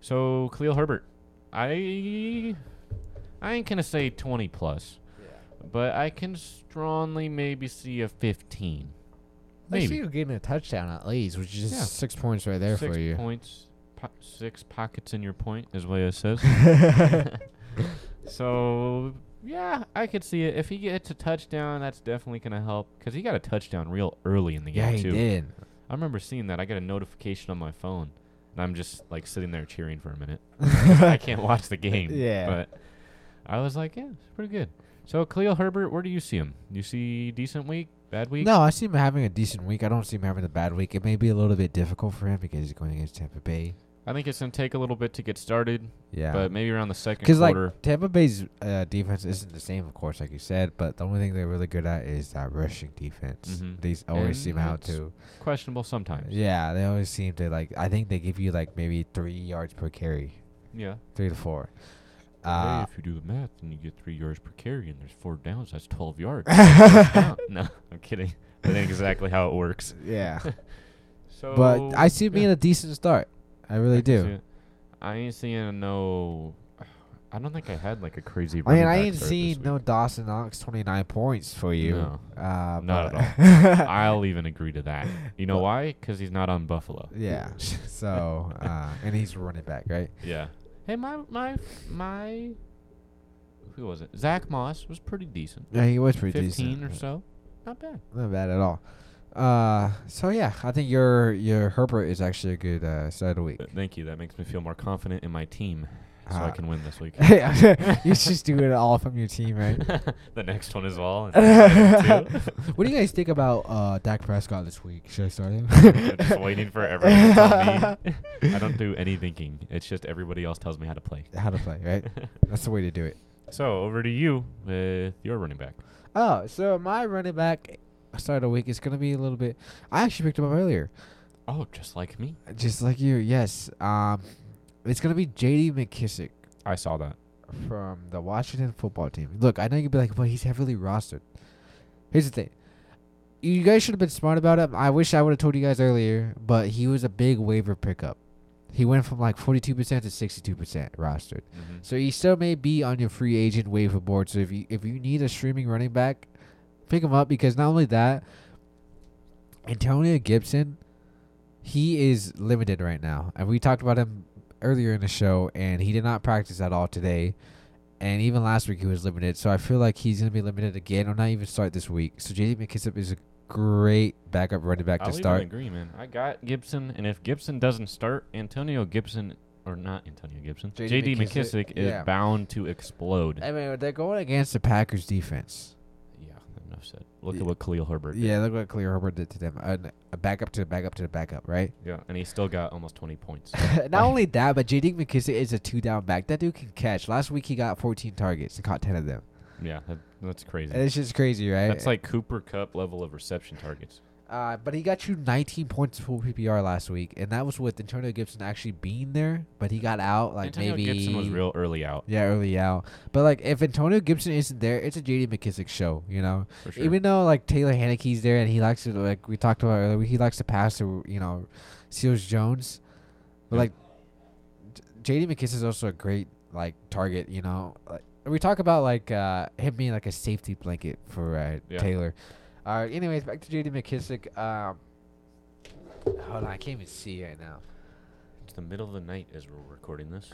S1: So Khalil Herbert, I I ain't gonna say 20 plus, but I can strongly maybe see a 15.
S2: Maybe.
S1: Maybe.
S2: Actually, you're getting a touchdown at least, which is
S1: Yeah.
S2: six points right there
S1: six
S2: for you.
S1: points, po- six pockets in your point, is what it says. so yeah, I could see it. If he gets a touchdown, that's definitely gonna help because he got a touchdown real early in the game
S2: yeah, he
S1: too.
S2: did.
S1: I remember seeing that. I got a notification on my phone, and I'm just like sitting there cheering for a minute. I can't watch the game.
S2: Yeah.
S1: But I was like, yeah, it's pretty good. So Khalil Herbert, where do you see him? You see decent week, Bad week?
S2: No, I see him having a decent week. I don't see him having a bad week. It may be a little bit difficult for him because he's going against Tampa Bay.
S1: I think it's going to take a little bit to get started,
S2: Yeah.
S1: but maybe around the second
S2: Because like
S1: quarter.
S2: Tampa Bay's uh, defense isn't the same, of course, like you said. But the only thing they're really good at is that rushing defense.
S1: Mhm.
S2: They s- always
S1: And
S2: seem out
S1: it's
S2: to.
S1: questionable sometimes.
S2: Yeah, they always seem to like. I think they give you like maybe three yards per carry,
S1: Yeah.
S2: three to four. Uh,
S1: hey, if you do the math and you get three yards per carry and there's four downs, that's 12 yards. First down. no, I'm kidding. That ain't exactly how it works.
S2: yeah,
S1: So,
S2: but I see him
S1: Oh, yeah,
S2: being a decent start. I really
S1: I can see
S2: do.
S1: it. I ain't seeing no. I don't think I had like a crazy.
S2: I mean,
S1: running
S2: I
S1: back
S2: ain't
S1: start this
S2: seen no
S1: week.
S2: Dawson Knox twenty nine points for you.
S1: No.
S2: uh,
S1: Not
S2: but-
S1: I'll even agree to that. You know
S2: But-
S1: why? Because he's not on Buffalo.
S2: yeah. So uh, and he's running back, right?
S1: Yeah. Hey, my my my. Who was it? Zach Moss was pretty decent.
S2: Yeah, he was pretty
S1: Fifteen
S2: decent.
S1: or so. Not bad.
S2: Not bad at all. Uh, so yeah, I think your your Herbert is actually a good uh, start of the week.
S1: Th- Thank you. That makes me feel more confident in my team, so I
S2: Uh,
S1: can win this week.
S2: you just do it all from your team, right?
S1: the next one as well.
S2: what do you guys think about uh, Dak Prescott this week? Should I start him?
S1: Just waiting for everyone to tell me. I don't do any thinking. It's just everybody else tells me how to play.
S2: How to play, right? That's the way to do it.
S1: So over to you with your running back.
S2: Oh, so my running back start of the week is gonna be a little bit. I actually picked him up earlier,
S1: Oh, just like me.
S2: just like you. Yes. Um, it's gonna be J.D. McKissick.
S1: I saw that.
S2: from the Washington football team. Look, I know you'd be like, but he's heavily rostered. Here's the thing. You guys should have been smart about him. I wish I would have told you guys earlier, but he was a big waiver pickup. He went from like 42% to 62% rostered.
S1: Mm-hmm.
S2: So he still may be on your free agent waiver board. So if you if you need a streaming running back, pick him up because not only that, Antonio Gibson, he is limited right now, and we talked about him earlier in the show, and he did not practice at all today, and even last week he was limited. So I feel like he's gonna be limited again, or not even start this week. So J.D. McKissick is a great backup running back
S1: I'll
S2: to
S1: even
S2: start.
S1: agree, man. I got Gibson, and if Gibson doesn't start, Antonio Gibson or not Antonio Gibson,
S2: JD
S1: J.D.
S2: McKissick,
S1: McKissick, is
S2: yeah.
S1: bound to explode.
S2: I mean, they're going against the Packers defense.
S1: yeah, enough said. Look
S2: Yeah.
S1: at what Khalil Herbert. Did.
S2: Yeah, look what Clear Herbert did to them. Uh, A, a backup to the backup to the backup, right?
S1: Yeah, and he still got almost 20 points.
S2: Not only that, but J.D. McKissick is a two down back. That dude can catch. Last week he got 14 targets and caught 10 of them.
S1: yeah, that, that's crazy.
S2: And it's just crazy, right?
S1: That's like Cooper Cup level of reception targets.
S2: Uh, but he got you 19 points full PPR last week, and that was with Antonio Gibson actually being there, but he got out like
S1: Antonio
S2: maybe.
S1: Gibson was real early out
S2: Yeah, early out. But like, if Antonio Gibson isn't there, it's a J.D. McKissick show, you know.
S1: for sure.
S2: Even though like Taylor Haneke's there and he likes to like we talked about earlier, he likes to pass to you know Seals Jones, but
S1: Yeah.
S2: like J- J.D. McKissick is also a great like target. You know, like, we talk about like uh, him being like a safety blanket for uh,
S1: Yeah.
S2: Taylor. Uh, anyways, back to J.D. McKissick. Um, hold on, I can't even see right now.
S1: it's the middle of the night as we're recording this.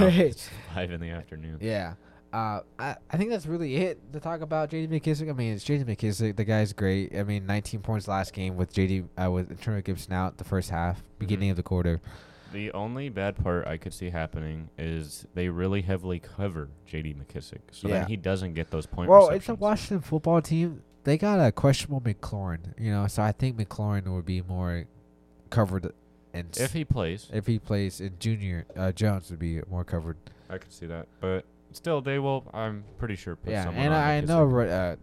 S1: No, it's five in the afternoon.
S2: Yeah. Uh, I, I think that's really it to talk about JD McKissick. I mean, it's JD McKissick. The guy's great. I mean, 19 points last game with JD uh, with Antonio Gibson out the first half,
S1: Mm-hmm.
S2: beginning of the quarter.
S1: The only bad part I could see happening is they really heavily cover J.D. McKissick, so
S2: Yeah.
S1: then he doesn't get those point.
S2: Well, it's a
S1: receptions.
S2: Washington football team. They got a questionable McLaurin, you know, so I think McLaurin would be more covered, and
S1: If he plays,
S2: if he plays in Junior uh, Jones would be more covered.
S1: I could see that, but still, they will. I'm pretty sure. Put
S2: yeah,
S1: someone
S2: and
S1: on
S2: I
S1: McKissick.
S2: know ri- uh,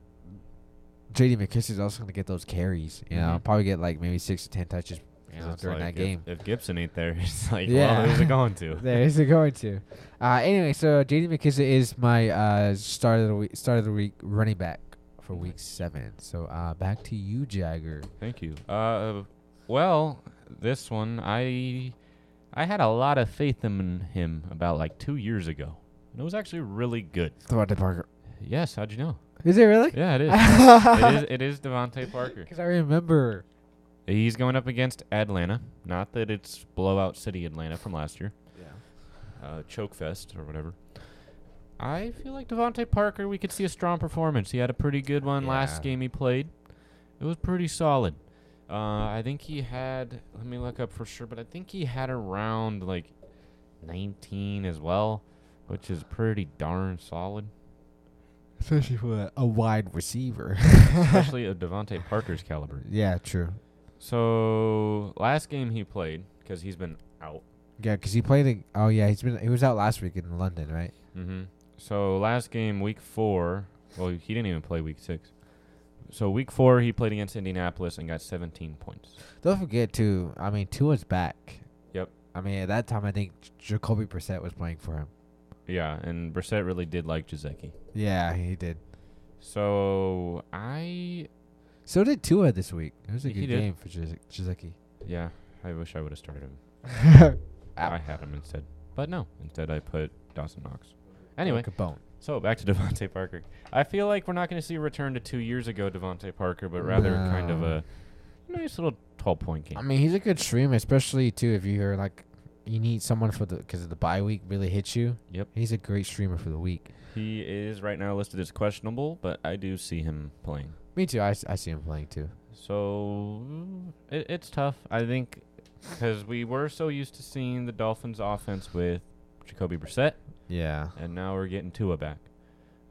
S2: J.D. McKissick's also gonna get those carries. You know,
S1: Mhm.
S2: probably get like maybe six to ten touches
S1: And
S2: you know,
S1: it's
S2: during
S1: like,
S2: that game.
S1: If, if Gibson ain't there, it's like,
S2: Yeah.
S1: well, who's it going to?
S2: there is it going to. Uh, anyway, so JD McKissick is my uh, start of the week, start of the week running back for week seven. So uh, back to you, Jagger.
S1: Thank you. Uh, well, this one I I had a lot of faith in him about like two years ago, and it was actually really good.
S2: Devontae Parker.
S1: Yes, how'd you know?
S2: Is it really?
S1: Yeah, it is. it is.
S2: Because
S1: It is Devontae Parker.
S2: I remember.
S1: He's going up against Atlanta. Not that it's blowout city Atlanta from last year,
S2: Yeah.
S1: uh, choke fest or whatever. I feel like Devontae Parker, we could see a strong performance. He had a pretty good one
S2: Yeah.
S1: last game he played. It was pretty solid. Uh, I think he had. Let me look up for sure, but I think he had around like 19 as well, which is pretty darn solid.
S2: Especially for a, a wide receiver.
S1: especially of Devontae Parker's caliber.
S2: yeah, true.
S1: So last game he played because he's been out.
S2: Yeah, 'cause he played. In, oh yeah, he's been. He was out last week in London, right?
S1: Mm-hmm. So last game, week four. Well, he didn't even play week six. So week four, he played against Indianapolis and got 17 points.
S2: Don't forget too. I mean, Tua's back.
S1: Yep.
S2: I mean, at that time, I think J- Jacoby Brissett was playing for him.
S1: Yeah, and Brissett really did like Jazeki.
S2: Yeah, he did.
S1: So I,
S2: So did Tua this week. It was a
S1: He
S2: good
S1: did.
S2: game for Jazeki.
S1: yeah, I wish I would have started him. I had him instead, but no. Instead, I put Dawson Knox. Anyway,
S2: like a bone.
S1: so back to Devontae Parker. I feel like we're not going to see a return to two years ago Devontae Parker, but rather kind of
S2: No.
S1: a nice little 12 point game.
S2: I mean, he's a good stream, especially too if you're like you need someone for the because the bye week really hits you.
S1: Yep.
S2: He's a great streamer for the week.
S1: He is right now listed as questionable, but I do see him playing.
S2: Me too. I, s- I see him playing too.
S1: So it, it's tough, I think, because we were so used to seeing the Dolphins' offense with Jacoby Brissett,
S2: Yeah.
S1: and now we're getting Tua back.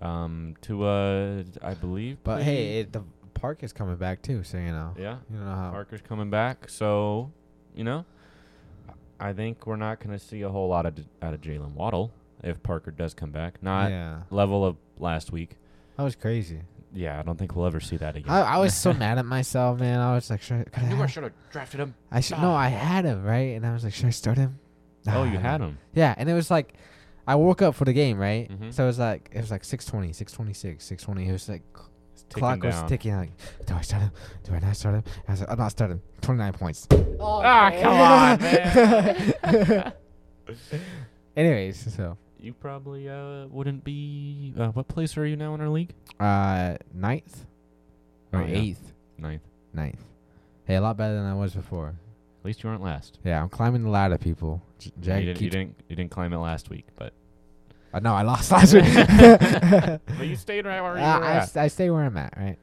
S1: Um, Tua, I believe.
S2: But hey, Oh.
S1: played-
S2: it, the park is coming back too, so you know.
S1: yeah,
S2: You know how.
S1: Parker's coming back, so you know, I think we're not going to see a whole lot of out of Jalen Waddle if Parker does come back. Not
S2: yeah.
S1: level of last week.
S2: That was crazy.
S1: Yeah, I don't think we'll ever see that again.
S2: I, I was so mad at myself, man. I was like, should I, could I,
S1: I knew I
S2: have-
S1: should have drafted him.
S2: I should no,
S1: Ah.
S2: I had him right, and I was like, should I start him?
S1: Oh,
S2: Nah,
S1: you
S2: I
S1: had
S2: don't-
S1: him.
S2: Yeah, and it was like, I woke up for the game, right?
S1: Mhm.
S2: So it was like it was like 620, 626, 620. It was like c-
S1: ticking
S2: clock was
S1: down.
S2: ticking. Like, do I start him? Do I not start him? I was like, I'm not starting. Twenty nine points.
S1: Ah, come on, man.
S2: Anyways, so
S1: you probably uh, wouldn't be. Uh, what place are you now in our league?
S2: uh, ninth or
S1: Oh, yeah.
S2: eighth,
S1: Ninth.
S2: ninth. Hey, a lot better than I was before.
S1: At least you aren't last.
S2: Yeah, I'm climbing the ladder, people. J- Jag
S1: you, didn't, you
S2: keeps-
S1: didn't. You didn't climb it last week, but
S2: Uh, no, I lost last week.
S1: but you stayed right where you
S2: Uh,
S1: were
S2: I,
S1: at.
S2: s- I stay where I'm at, right?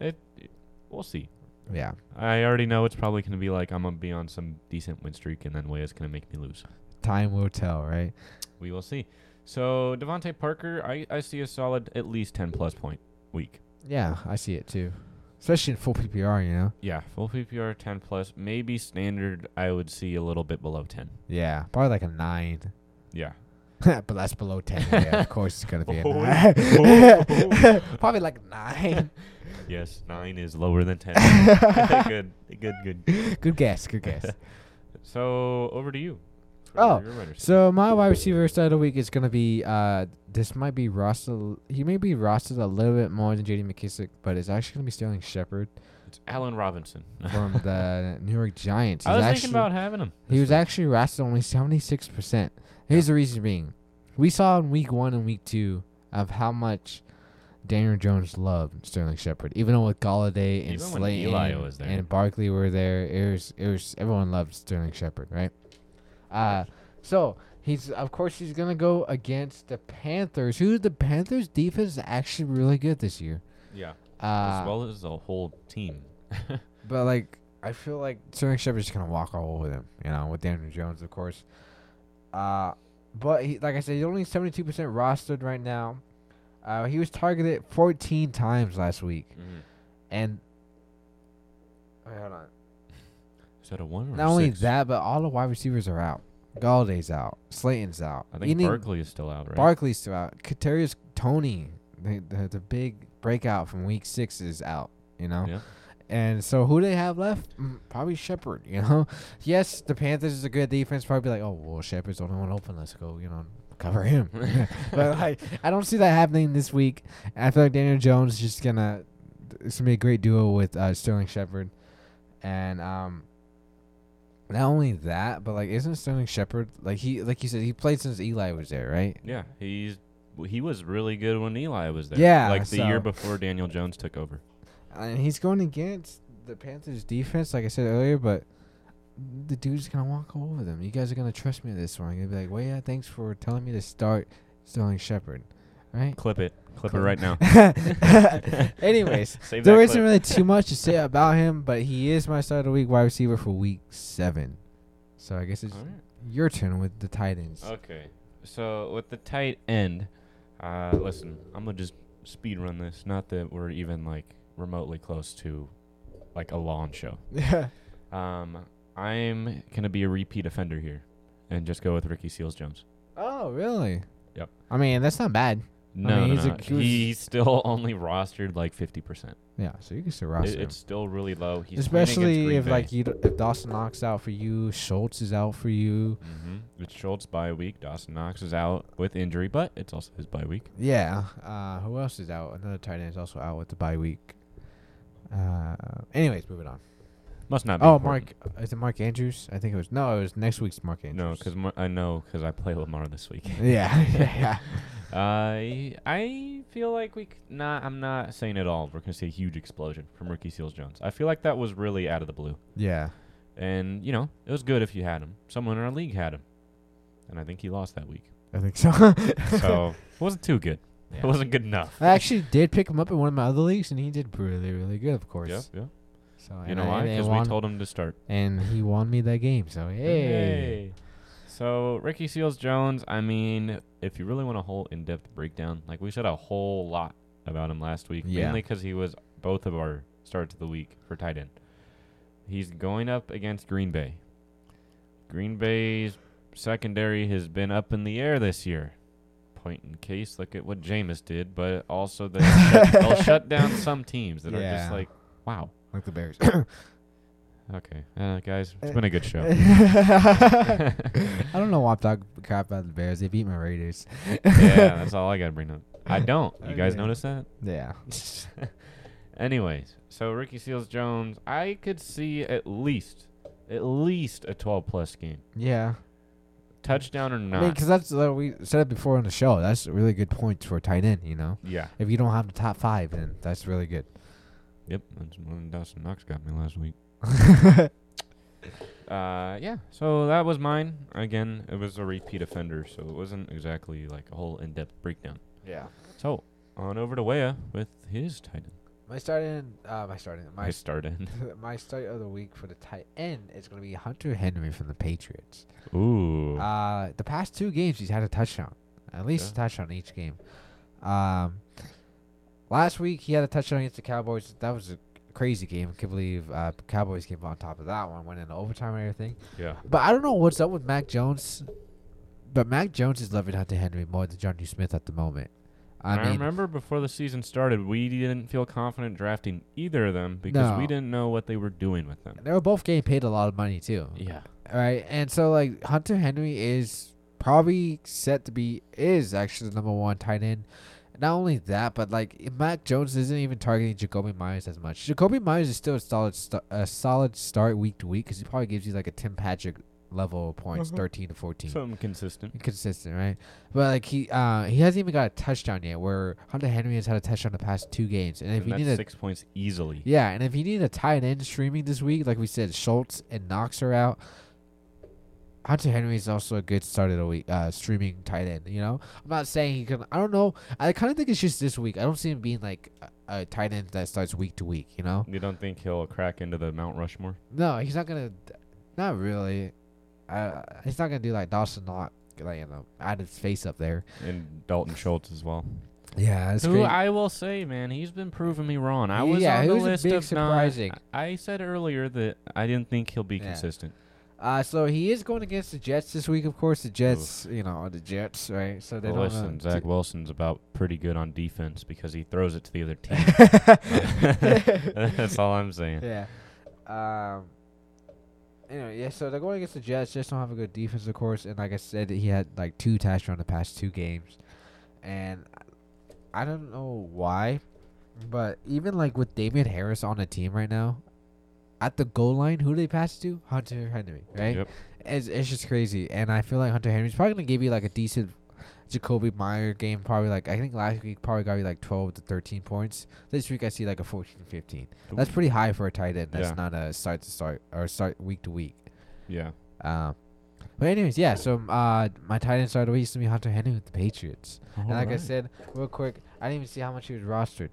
S1: It, it- We'll see.
S2: Yeah.
S1: I already know it's probably gonna be like I'm gonna be on some decent win streak, and then Weya's gonna make me lose.
S2: Time will tell, right?
S1: We will see. So Devontae Parker, I, I see a solid at least ten plus point week.
S2: Yeah, I see it too. Especially in full PPR, you know?
S1: Yeah, full PPR 10 plus, maybe standard. I would see a little bit below 10.
S2: Yeah, probably like a nine.
S1: Yeah,
S2: but that's below 10. Yeah, of course it's going to be a
S1: Oh,
S2: nine. probably like nine.
S1: yes, nine is lower than 10. good, good, good.
S2: Good guess, good guess.
S1: So over to you. for
S2: Oh,
S1: your wide receiver.
S2: So my wide receiver start of the week is gonna be uh this might be rostered he may be rostered a little bit more than JD McKissick, but it's actually gonna be Sterling Shepard
S1: it's Allen Robinson.
S2: from the New York Giants.
S1: I
S2: He's
S1: was
S2: actually,
S1: thinking about having him.
S2: he
S1: this
S2: was
S1: week.
S2: actually rostered only seventy six percent. Here's the reason being we saw in week one and week two of how much Daniel Jones loved Sterling Shepard. Even though with Galladay and
S1: Even when
S2: Slayton
S1: Eli was there.
S2: and Barkley were there, it was it was everyone loved Sterling Shepard, right? Uh so he's of course he's gonna go against the Panthers, who the Panthers defense is actually really good this year.
S1: yeah,
S2: Uh,
S1: as well as the whole team.
S2: but like, I feel like Sterling Shepard's just gonna walk all over them, you know, with Daniel Jones, of course. Uh, but he, like I said, he's only seventy-two percent rostered right now. Uh, he was targeted fourteen times last week,
S1: Mhm.
S2: and Wait, hold on.
S1: Is that a one or a
S2: Not only
S1: Hmm, six?
S2: that, but all the wide receivers are out. Galladay's out. Slayton's out.
S1: I
S2: You
S1: think
S2: need-
S1: Barkley is still out, right?
S2: Barkley's still out. Katerius Tony, the, the the big breakout from week six is out. You know.
S1: Yeah.
S2: And so who they have left? Mm, Probably Shepard. You know. Yes, the Panthers is a good defense. Probably like, oh well, Shepard's the only one open. Let's go. You know, cover him. but like, I don't see that happening this week. And I feel like Daniel Jones is just gonna. It's gonna be a great duo with uh, Sterling Shepard, and um. Not only that, but like, isn't Sterling Shepard like he like you said he played since Eli was there, right?
S1: Yeah, he's he was really good when Eli was there.
S2: Yeah,
S1: like the year
S2: so-
S1: before Daniel Jones took over.
S2: and he's going against the Panthers defense, like I said earlier, but the dude's gonna walk all over them. You guys are gonna trust me this one. You're gonna be like, well, yeah, thanks for telling me to start Sterling Shepard, right?
S1: Clip it, clip
S2: Clip.
S1: it right now.
S2: Anyways,
S1: Save
S2: there
S1: that
S2: isn't
S1: clip.
S2: really too much to say about him, but he is my start of the week wide receiver for week seven. So I guess it's
S1: All right.
S2: your turn with the Titans.
S1: Okay. So with the tight end, uh, listen, I'm gonna just speed run this. Not that we're even like remotely close to like a lawn show.
S2: Yeah.
S1: Um, I'm gonna be a repeat offender here, and just go with Ricky Seals Jones.
S2: Oh, really?
S1: Yep.
S2: I mean, that's not bad.
S1: No, no,
S2: he's a-
S1: no.
S2: he was-
S1: he's still only rostered like fifty percent.
S2: Yeah, so you can still
S1: It,
S2: roster him.
S1: it's still really low. He's playing against
S2: Especially
S1: Green
S2: if
S1: Bay.
S2: like you, d- if Dawson knocks out for you, Schultz is out for you.
S1: hmm It's Schultz bye week. Dawson Knox is out with injury, but it's also his bye week.
S2: Yeah. Uh, who else is out? Another tight end is also out with the bye week. Uh, anyways, moving on.
S1: Must not. Be
S2: Oh,
S1: important.
S2: Mark, is it Mark Andrews? I think it was. No, it was next week's Mark Andrews.
S1: No, because I know because I play Lamar this week.
S2: yeah, yeah, yeah.
S1: I I feel like we c- not. I'm not saying at all. We're gonna see a huge explosion from Ricky Seals Jones. I feel like that was really out of the blue,
S2: Yeah.
S1: and you know it was good if you had him. Someone in our league had him, and I think he lost that week.
S2: I think so.
S1: So it wasn't too good. It
S2: Yeah.
S1: wasn't good enough.
S2: I actually did pick him up in one of my other leagues, and he did really, really good, of course.
S1: Yeah, yeah.
S2: So
S1: You
S2: and
S1: know
S2: I-
S1: why?
S2: and they
S1: Because we
S2: won-
S1: told him to start.
S2: and he won me that game. So hey,
S1: Yay. So Ricky Seals Jones, I mean, if you really want a whole in-depth breakdown, like we said a whole lot about him last week,
S2: Yeah.
S1: mainly because he was both of our starts of the week for tight end. He's going up against Green Bay. Green Bay's secondary has been up in the air this year. Point in case, look at what Jameis did, but also they shut, they'll shut down some teams that are just
S2: Yeah.
S1: like, wow,
S2: like the Bears.
S1: okay, uh, guys, it's been a good show.
S2: Eh. I don't know why I'm talking crap about the Bears. They beat my Raiders.
S1: yeah, that's all I gotta bring up. I don't. You guys
S2: Okay.
S1: notice that?
S2: Yeah.
S1: Anyways, so Ricky Seals Jones, I could see at least, at least a 12 plus game,
S2: Yeah.
S1: touchdown or
S2: I
S1: not.
S2: mean, because that's uh, we said it before on the show. That's really good points for a tight end. You know,
S1: yeah.
S2: if you don't have the top five, then that's really good.
S1: Yep. That's when Dawson Knox got me last week. Uh, yeah. So that was mine. Again, it was a repeat offender, so it wasn't exactly like a whole in-depth breakdown.
S2: yeah.
S1: So on over to Wea with his tight end.
S2: My starting, uh, my starting, my
S1: His start end.
S2: my start of the week for the tight end is gonna be Hunter Henry from the Patriots.
S1: Ooh.
S2: Uh, the past two games, he's had a touchdown, at least
S1: Yeah.
S2: a touchdown each game. Um, last week he had a touchdown against the Cowboys. That was a crazy game. I can't believe uh, Cowboys came on top of that one, went into overtime and everything.
S1: yeah.
S2: But I don't know what's up with Mac Jones. But Mac Jones is loving Hunter Henry more than Johnny Smith at the moment. I,
S1: I,
S2: mean,
S1: remember before the season started, we didn't feel confident drafting either of them because we
S2: No.
S1: didn't know what they were doing with them.
S2: they were both getting paid a lot of money too.
S1: Yeah.
S2: All right, and so like Hunter Henry is probably set to be is actually the number one tight end. Not only that, but like Mac Jones isn't even targeting Jacoby Myers as much. Jacoby Myers is still a solid st- a solid start week to week because he probably gives you like a Tim Patrick level of points,
S1: Mhm.
S2: thirteen to fourteen.
S1: Something consistent.
S2: Consistent, right? But like he uh he hasn't even got a touchdown yet. Where Hunter Henry has had a touchdown the past two games, and if
S1: And
S2: you need
S1: that's
S2: a
S1: six points easily.
S2: yeah, and if you need a tight end streaming this week, like we said, Schultz and Knox are out. Hunter Henry is also a good start of the week, uh, streaming tight end. You know, I'm not saying he can. I don't know. I kind of think it's just this week. I don't see him being like a, a tight end that starts week to week. You know,
S1: You don't think he'll crack into the Mount Rushmore?
S2: no, he's not gonna. Not really. Uh, he's not gonna do like Dawson Knox, like you know, add his face up there.
S1: And Dalton Schultz as well.
S2: Yeah, that's
S1: Who I will say, man, he's been proving me wrong. I was
S2: Yeah,
S1: on
S2: he
S1: the
S2: was a
S1: list
S2: big
S1: of not-
S2: surprising.
S1: I said earlier that I didn't think he'll be
S2: Yeah.
S1: consistent.
S2: Uh, so he is going against the Jets this week, of course. The Jets, you know, the Jets, right? So they
S1: Well,
S2: don't.
S1: listen,
S2: know,
S1: Zach Wilson's about pretty good on defense because he throws it to the other team. That's all I'm saying.
S2: Yeah. Um. Anyway, yeah. So they're going against the Jets. Jets don't have a good defense, of course. And like I said, he had like two touchdowns the past two games, and I don't know why, but even like with Damian Harris on the team right now, at the goal line, who do they pass to? Hunter Henry, right?
S1: Yep.
S2: It's it's just crazy, and I feel like Hunter Henry's probably gonna give you like a decent. Jacoby Meyer game probably like I think last week probably got you like 12 to 13 points. This week I see like a 14 15. That's pretty high for a tight end. That's
S1: Yeah.
S2: not a start to start or start week to week.
S1: Yeah.
S2: Um, but anyways, yeah. So uh, my tight end started week used to be Hunter Henry with the Patriots, and like I said, real quick, I didn't even see how much he was rostered.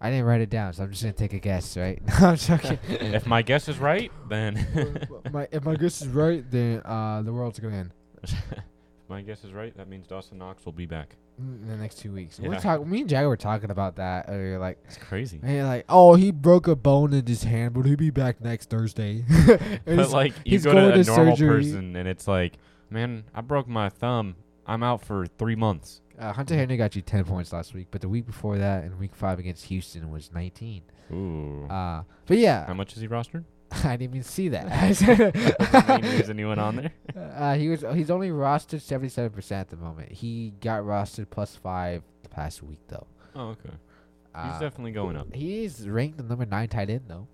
S2: I didn't write it down, so I'm just gonna take a guess, right? No, I'm joking.
S1: if
S2: uh,
S1: my guess is right, then
S2: my if my guess is right, then uh, the world's gonna end.
S1: if my guess is right, that means Dawson Knox will be back.
S2: in the next two weeks.
S1: Yeah.
S2: We're talking. Me and Jagger were talking about that earlier. Like,
S1: It's crazy.
S2: and you're like, oh, he broke a bone in his hand, but he'll be back next Thursday.
S1: But like you
S2: he's
S1: go to
S2: going
S1: a
S2: to
S1: normal
S2: surgery.
S1: person and it's like, man, I broke my thumb. I'm out for three months.
S2: uh, Hunter Henry got you ten points last week, but the week before that, in week five against Houston, was nineteen.
S1: Ooh.
S2: Uh, but yeah,
S1: How much is he rostered?
S2: I didn't even see that.
S1: Does it mean there's anyone on there?
S2: Uh, he was he's only rostered seventy seven percent at the moment. He got rostered plus five the past week though.
S1: Oh, okay. He's
S2: Uh,
S1: definitely going up.
S2: he's ranked the number nine tight end though.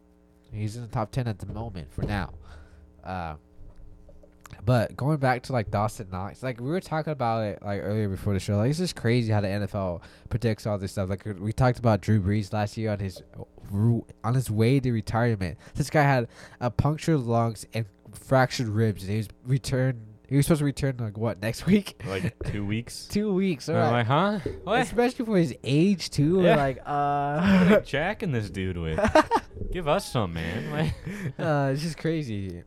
S2: He's in the top ten at the moment for now. Uh, but going back to like Dawson Knox, like we were talking about it like earlier before the show. Like it's just crazy how the NFL predicts all this stuff. Like we talked about Drew Brees last year on his ru- on his way to retirement. This guy had a punctured lungs and fractured ribs, and he was returned. He was supposed to return like what next week?
S1: Like two weeks.
S2: Two weeks, all
S1: And I'm
S2: right.
S1: like, huh? What?
S2: Especially for his age too. we're
S1: Yeah.
S2: Like
S1: What are
S2: uh.
S1: you jacking this dude with? Give us some, man. Like,
S2: uh, it's just crazy.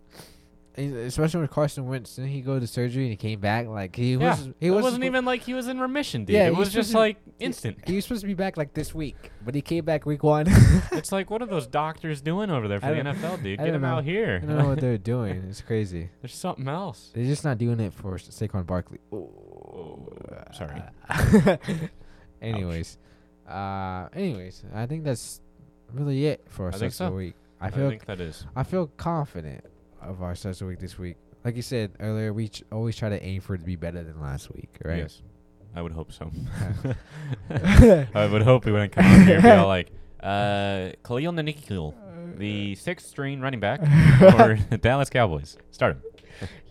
S2: And Especially when Carson Wentz, didn't he go to surgery and he came back? Like he
S1: yeah.
S2: was, he
S1: it
S2: wasn't,
S1: wasn't
S2: suppo-
S1: even like he was in remission, dude.
S2: Yeah,
S1: it
S2: he
S1: was
S2: was
S1: just
S2: supposed to-
S1: like instant.
S2: He was supposed to be back like this week, but he came back week one.
S1: It's like, what are those doctors doing over there for
S2: I
S1: the
S2: don't-
S1: NFL, dude?
S2: I
S1: Get
S2: don't
S1: him
S2: know.
S1: out
S2: I
S1: here.
S2: don't know what they're doing. It's crazy.
S1: There's something else.
S2: They're just not doing it for Sa- Saquon Barkley.
S1: Oh, sorry.
S2: Uh, anyways, uh, anyways, I think that's really it for our
S1: I think
S2: Sucks of the
S1: so.
S2: week.
S1: I,
S2: I feel
S1: think that is.
S2: I feel confident of our Sucks of the week this week. Like you said earlier, we ch- always try to aim for it to be better than last week, right?
S1: Yes. I would hope so. I would hope we wouldn't come out here and be all like, uh, Khalil Nanikil, the sixth string running back for the Dallas Cowboys. Start him.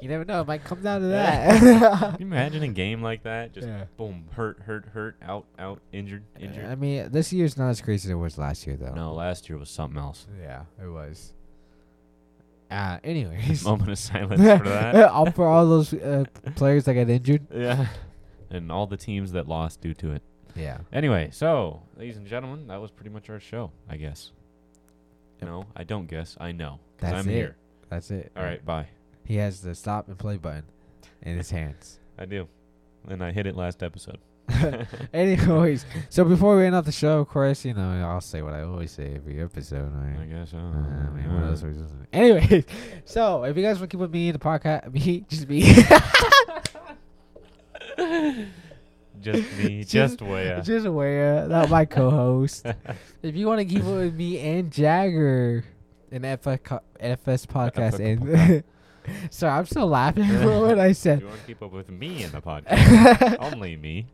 S2: You never know. It might come down to that.
S1: Can you imagine a game like that? Just
S2: Yeah.
S1: boom, hurt, hurt, hurt, out, out, injured,
S2: I
S1: injured.
S2: mean, this year's not as crazy as it was last year, though.
S1: No, last year was something else.
S2: Yeah, it was. Uh, anyways.
S1: Moment of silence for that.
S2: all for all those uh, players that got injured.
S1: Yeah. And all the teams that lost due to it.
S2: Yeah.
S1: Anyway, so, ladies and gentlemen, that was pretty much our show, I guess.
S2: Yep.
S1: No, I don't guess. I know. 'cause
S2: That's
S1: I'm
S2: it.
S1: here.
S2: That's it.
S1: All right, bye.
S2: He has the stop and play button in his hands.
S1: I do. And I hit it last episode.
S2: Anyways, so before we end off the show, of course, you know, I'll say what I always say every episode. Right?
S1: I guess. Uh,
S2: Uh, I mean, what
S1: uh,
S2: else are we supposed to do? Anyways, so if you guys want to keep with me in the podcast, me, just me,
S1: Just me,
S2: Just-
S1: just Waya.
S2: just aware, not my co-host. if you want to keep up with me and Jagger in FS, co- FS podcast, and sorry, I'm still laughing for what I
S1: Do
S2: said.
S1: you Oh. want to keep up with me in the podcast? Only me.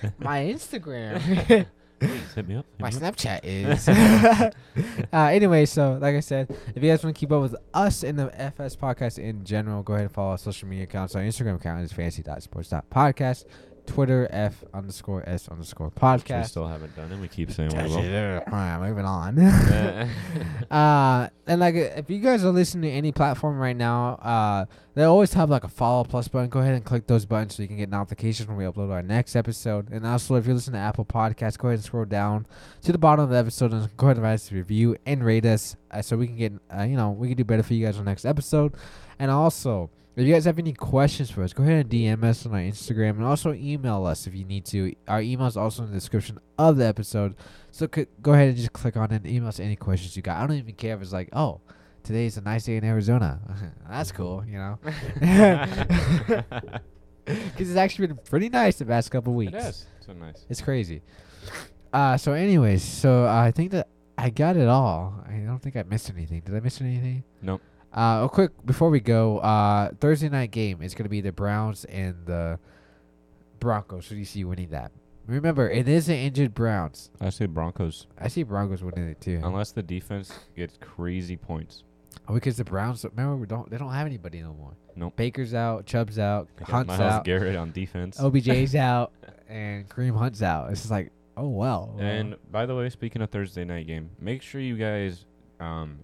S2: my Instagram,
S1: Please hit me up. hit
S2: my
S1: me up.
S2: Snapchat is. Mm-hmm. uh, anyway, so like I said, if you guys want to keep up with us and the FS podcast in general, go ahead and follow our social media accounts. Our Instagram account is fantasy.sports.podcast. Twitter F underscore S underscore
S1: Which We
S2: podcast.
S1: still haven't done it. We keep saying we will.
S2: Alright, moving on.
S1: Uh,
S2: Uh, and like, uh, if you guys are listening to any platform right now, uh, they always have like a follow plus button. Go ahead and click those buttons so you can get notifications when we upload our next episode. And also, if you listen to Apple Podcasts, go ahead and scroll down to the bottom of the episode and go ahead and write us a review and rate us uh, so we can get, uh, you know, we can do better for you guys on the next episode. And also, if you guys have any questions for us, go ahead and DM us on our Instagram and also email us if you need to. Our email is also in the description of the episode. So c- go ahead and just click on it and email us any questions you got. I don't even care if it's like, oh, today's a nice day in Arizona. That's cool, you know? Because it's actually been pretty nice the past couple
S1: it
S2: weeks.
S1: is. So nice.
S2: It's crazy. Uh, so, anyways, so uh, I think that I got it all. I don't think I missed anything. Did I miss anything?
S1: Nope.
S2: Uh, oh, quick before we go, uh, Thursday night game is gonna be the Browns and the Broncos. Who do you see winning that? Remember, it is the injured Browns.
S1: I say Broncos.
S2: I see Broncos winning it too.
S1: Unless the defense gets crazy points.
S2: Oh, because the Browns remember we don't they don't have anybody no more.
S1: Nope.
S2: Baker's out, Chubb's out,
S1: They got
S2: Hunt's
S1: Miles
S2: out,
S1: Garrett on defense.
S2: OBJ's out, and Kareem Hunt's out. It's just like, oh well.
S1: And by the way, speaking of Thursday night game, make sure you guys um,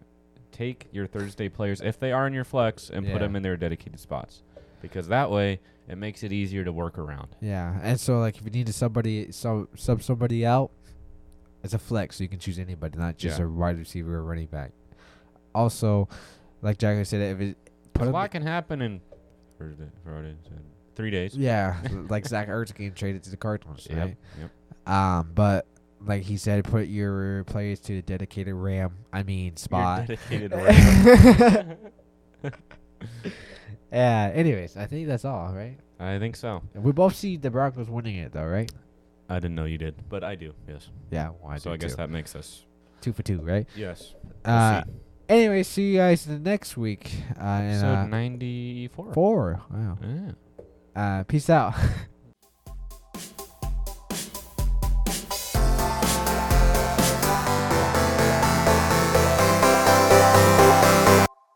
S1: take your Thursday players if they are in your flex and put 'em put
S2: Yeah.
S1: them in their dedicated spots, because that way it makes it easier to work around.
S2: yeah, and so like if you need to somebody sub sub somebody out, it's a flex, so you can choose anybody, not just
S1: Yeah.
S2: a wide receiver or running back. Also, like Jagger said, if it
S1: 'Cause
S2: put
S1: A
S2: 'em-
S1: lot can happen in Thursday, Friday, Saturday. three days.
S2: Yeah, like Zach Ertz getting traded to the Cardinals,
S1: Yep,
S2: right?
S1: yep.
S2: Um, but like he said, put your players to the dedicated RAM. I mean spot.
S1: You're dedicated right now.
S2: Yeah. Anyways, I think that's all, right?
S1: I think so.
S2: We both see the Broncos winning it though, right?
S1: I didn't know you did, but I do. Yes.
S2: Yeah. well,
S1: so
S2: do
S1: I guess
S2: too.
S1: that makes us.
S2: two for two, right?
S1: Yes.
S2: Uh, anyway, see you guys the next week. Uh, and,
S1: Episode
S2: uh,
S1: ninety-four.
S2: four. Wow.
S1: Yeah.
S2: Uh, peace out.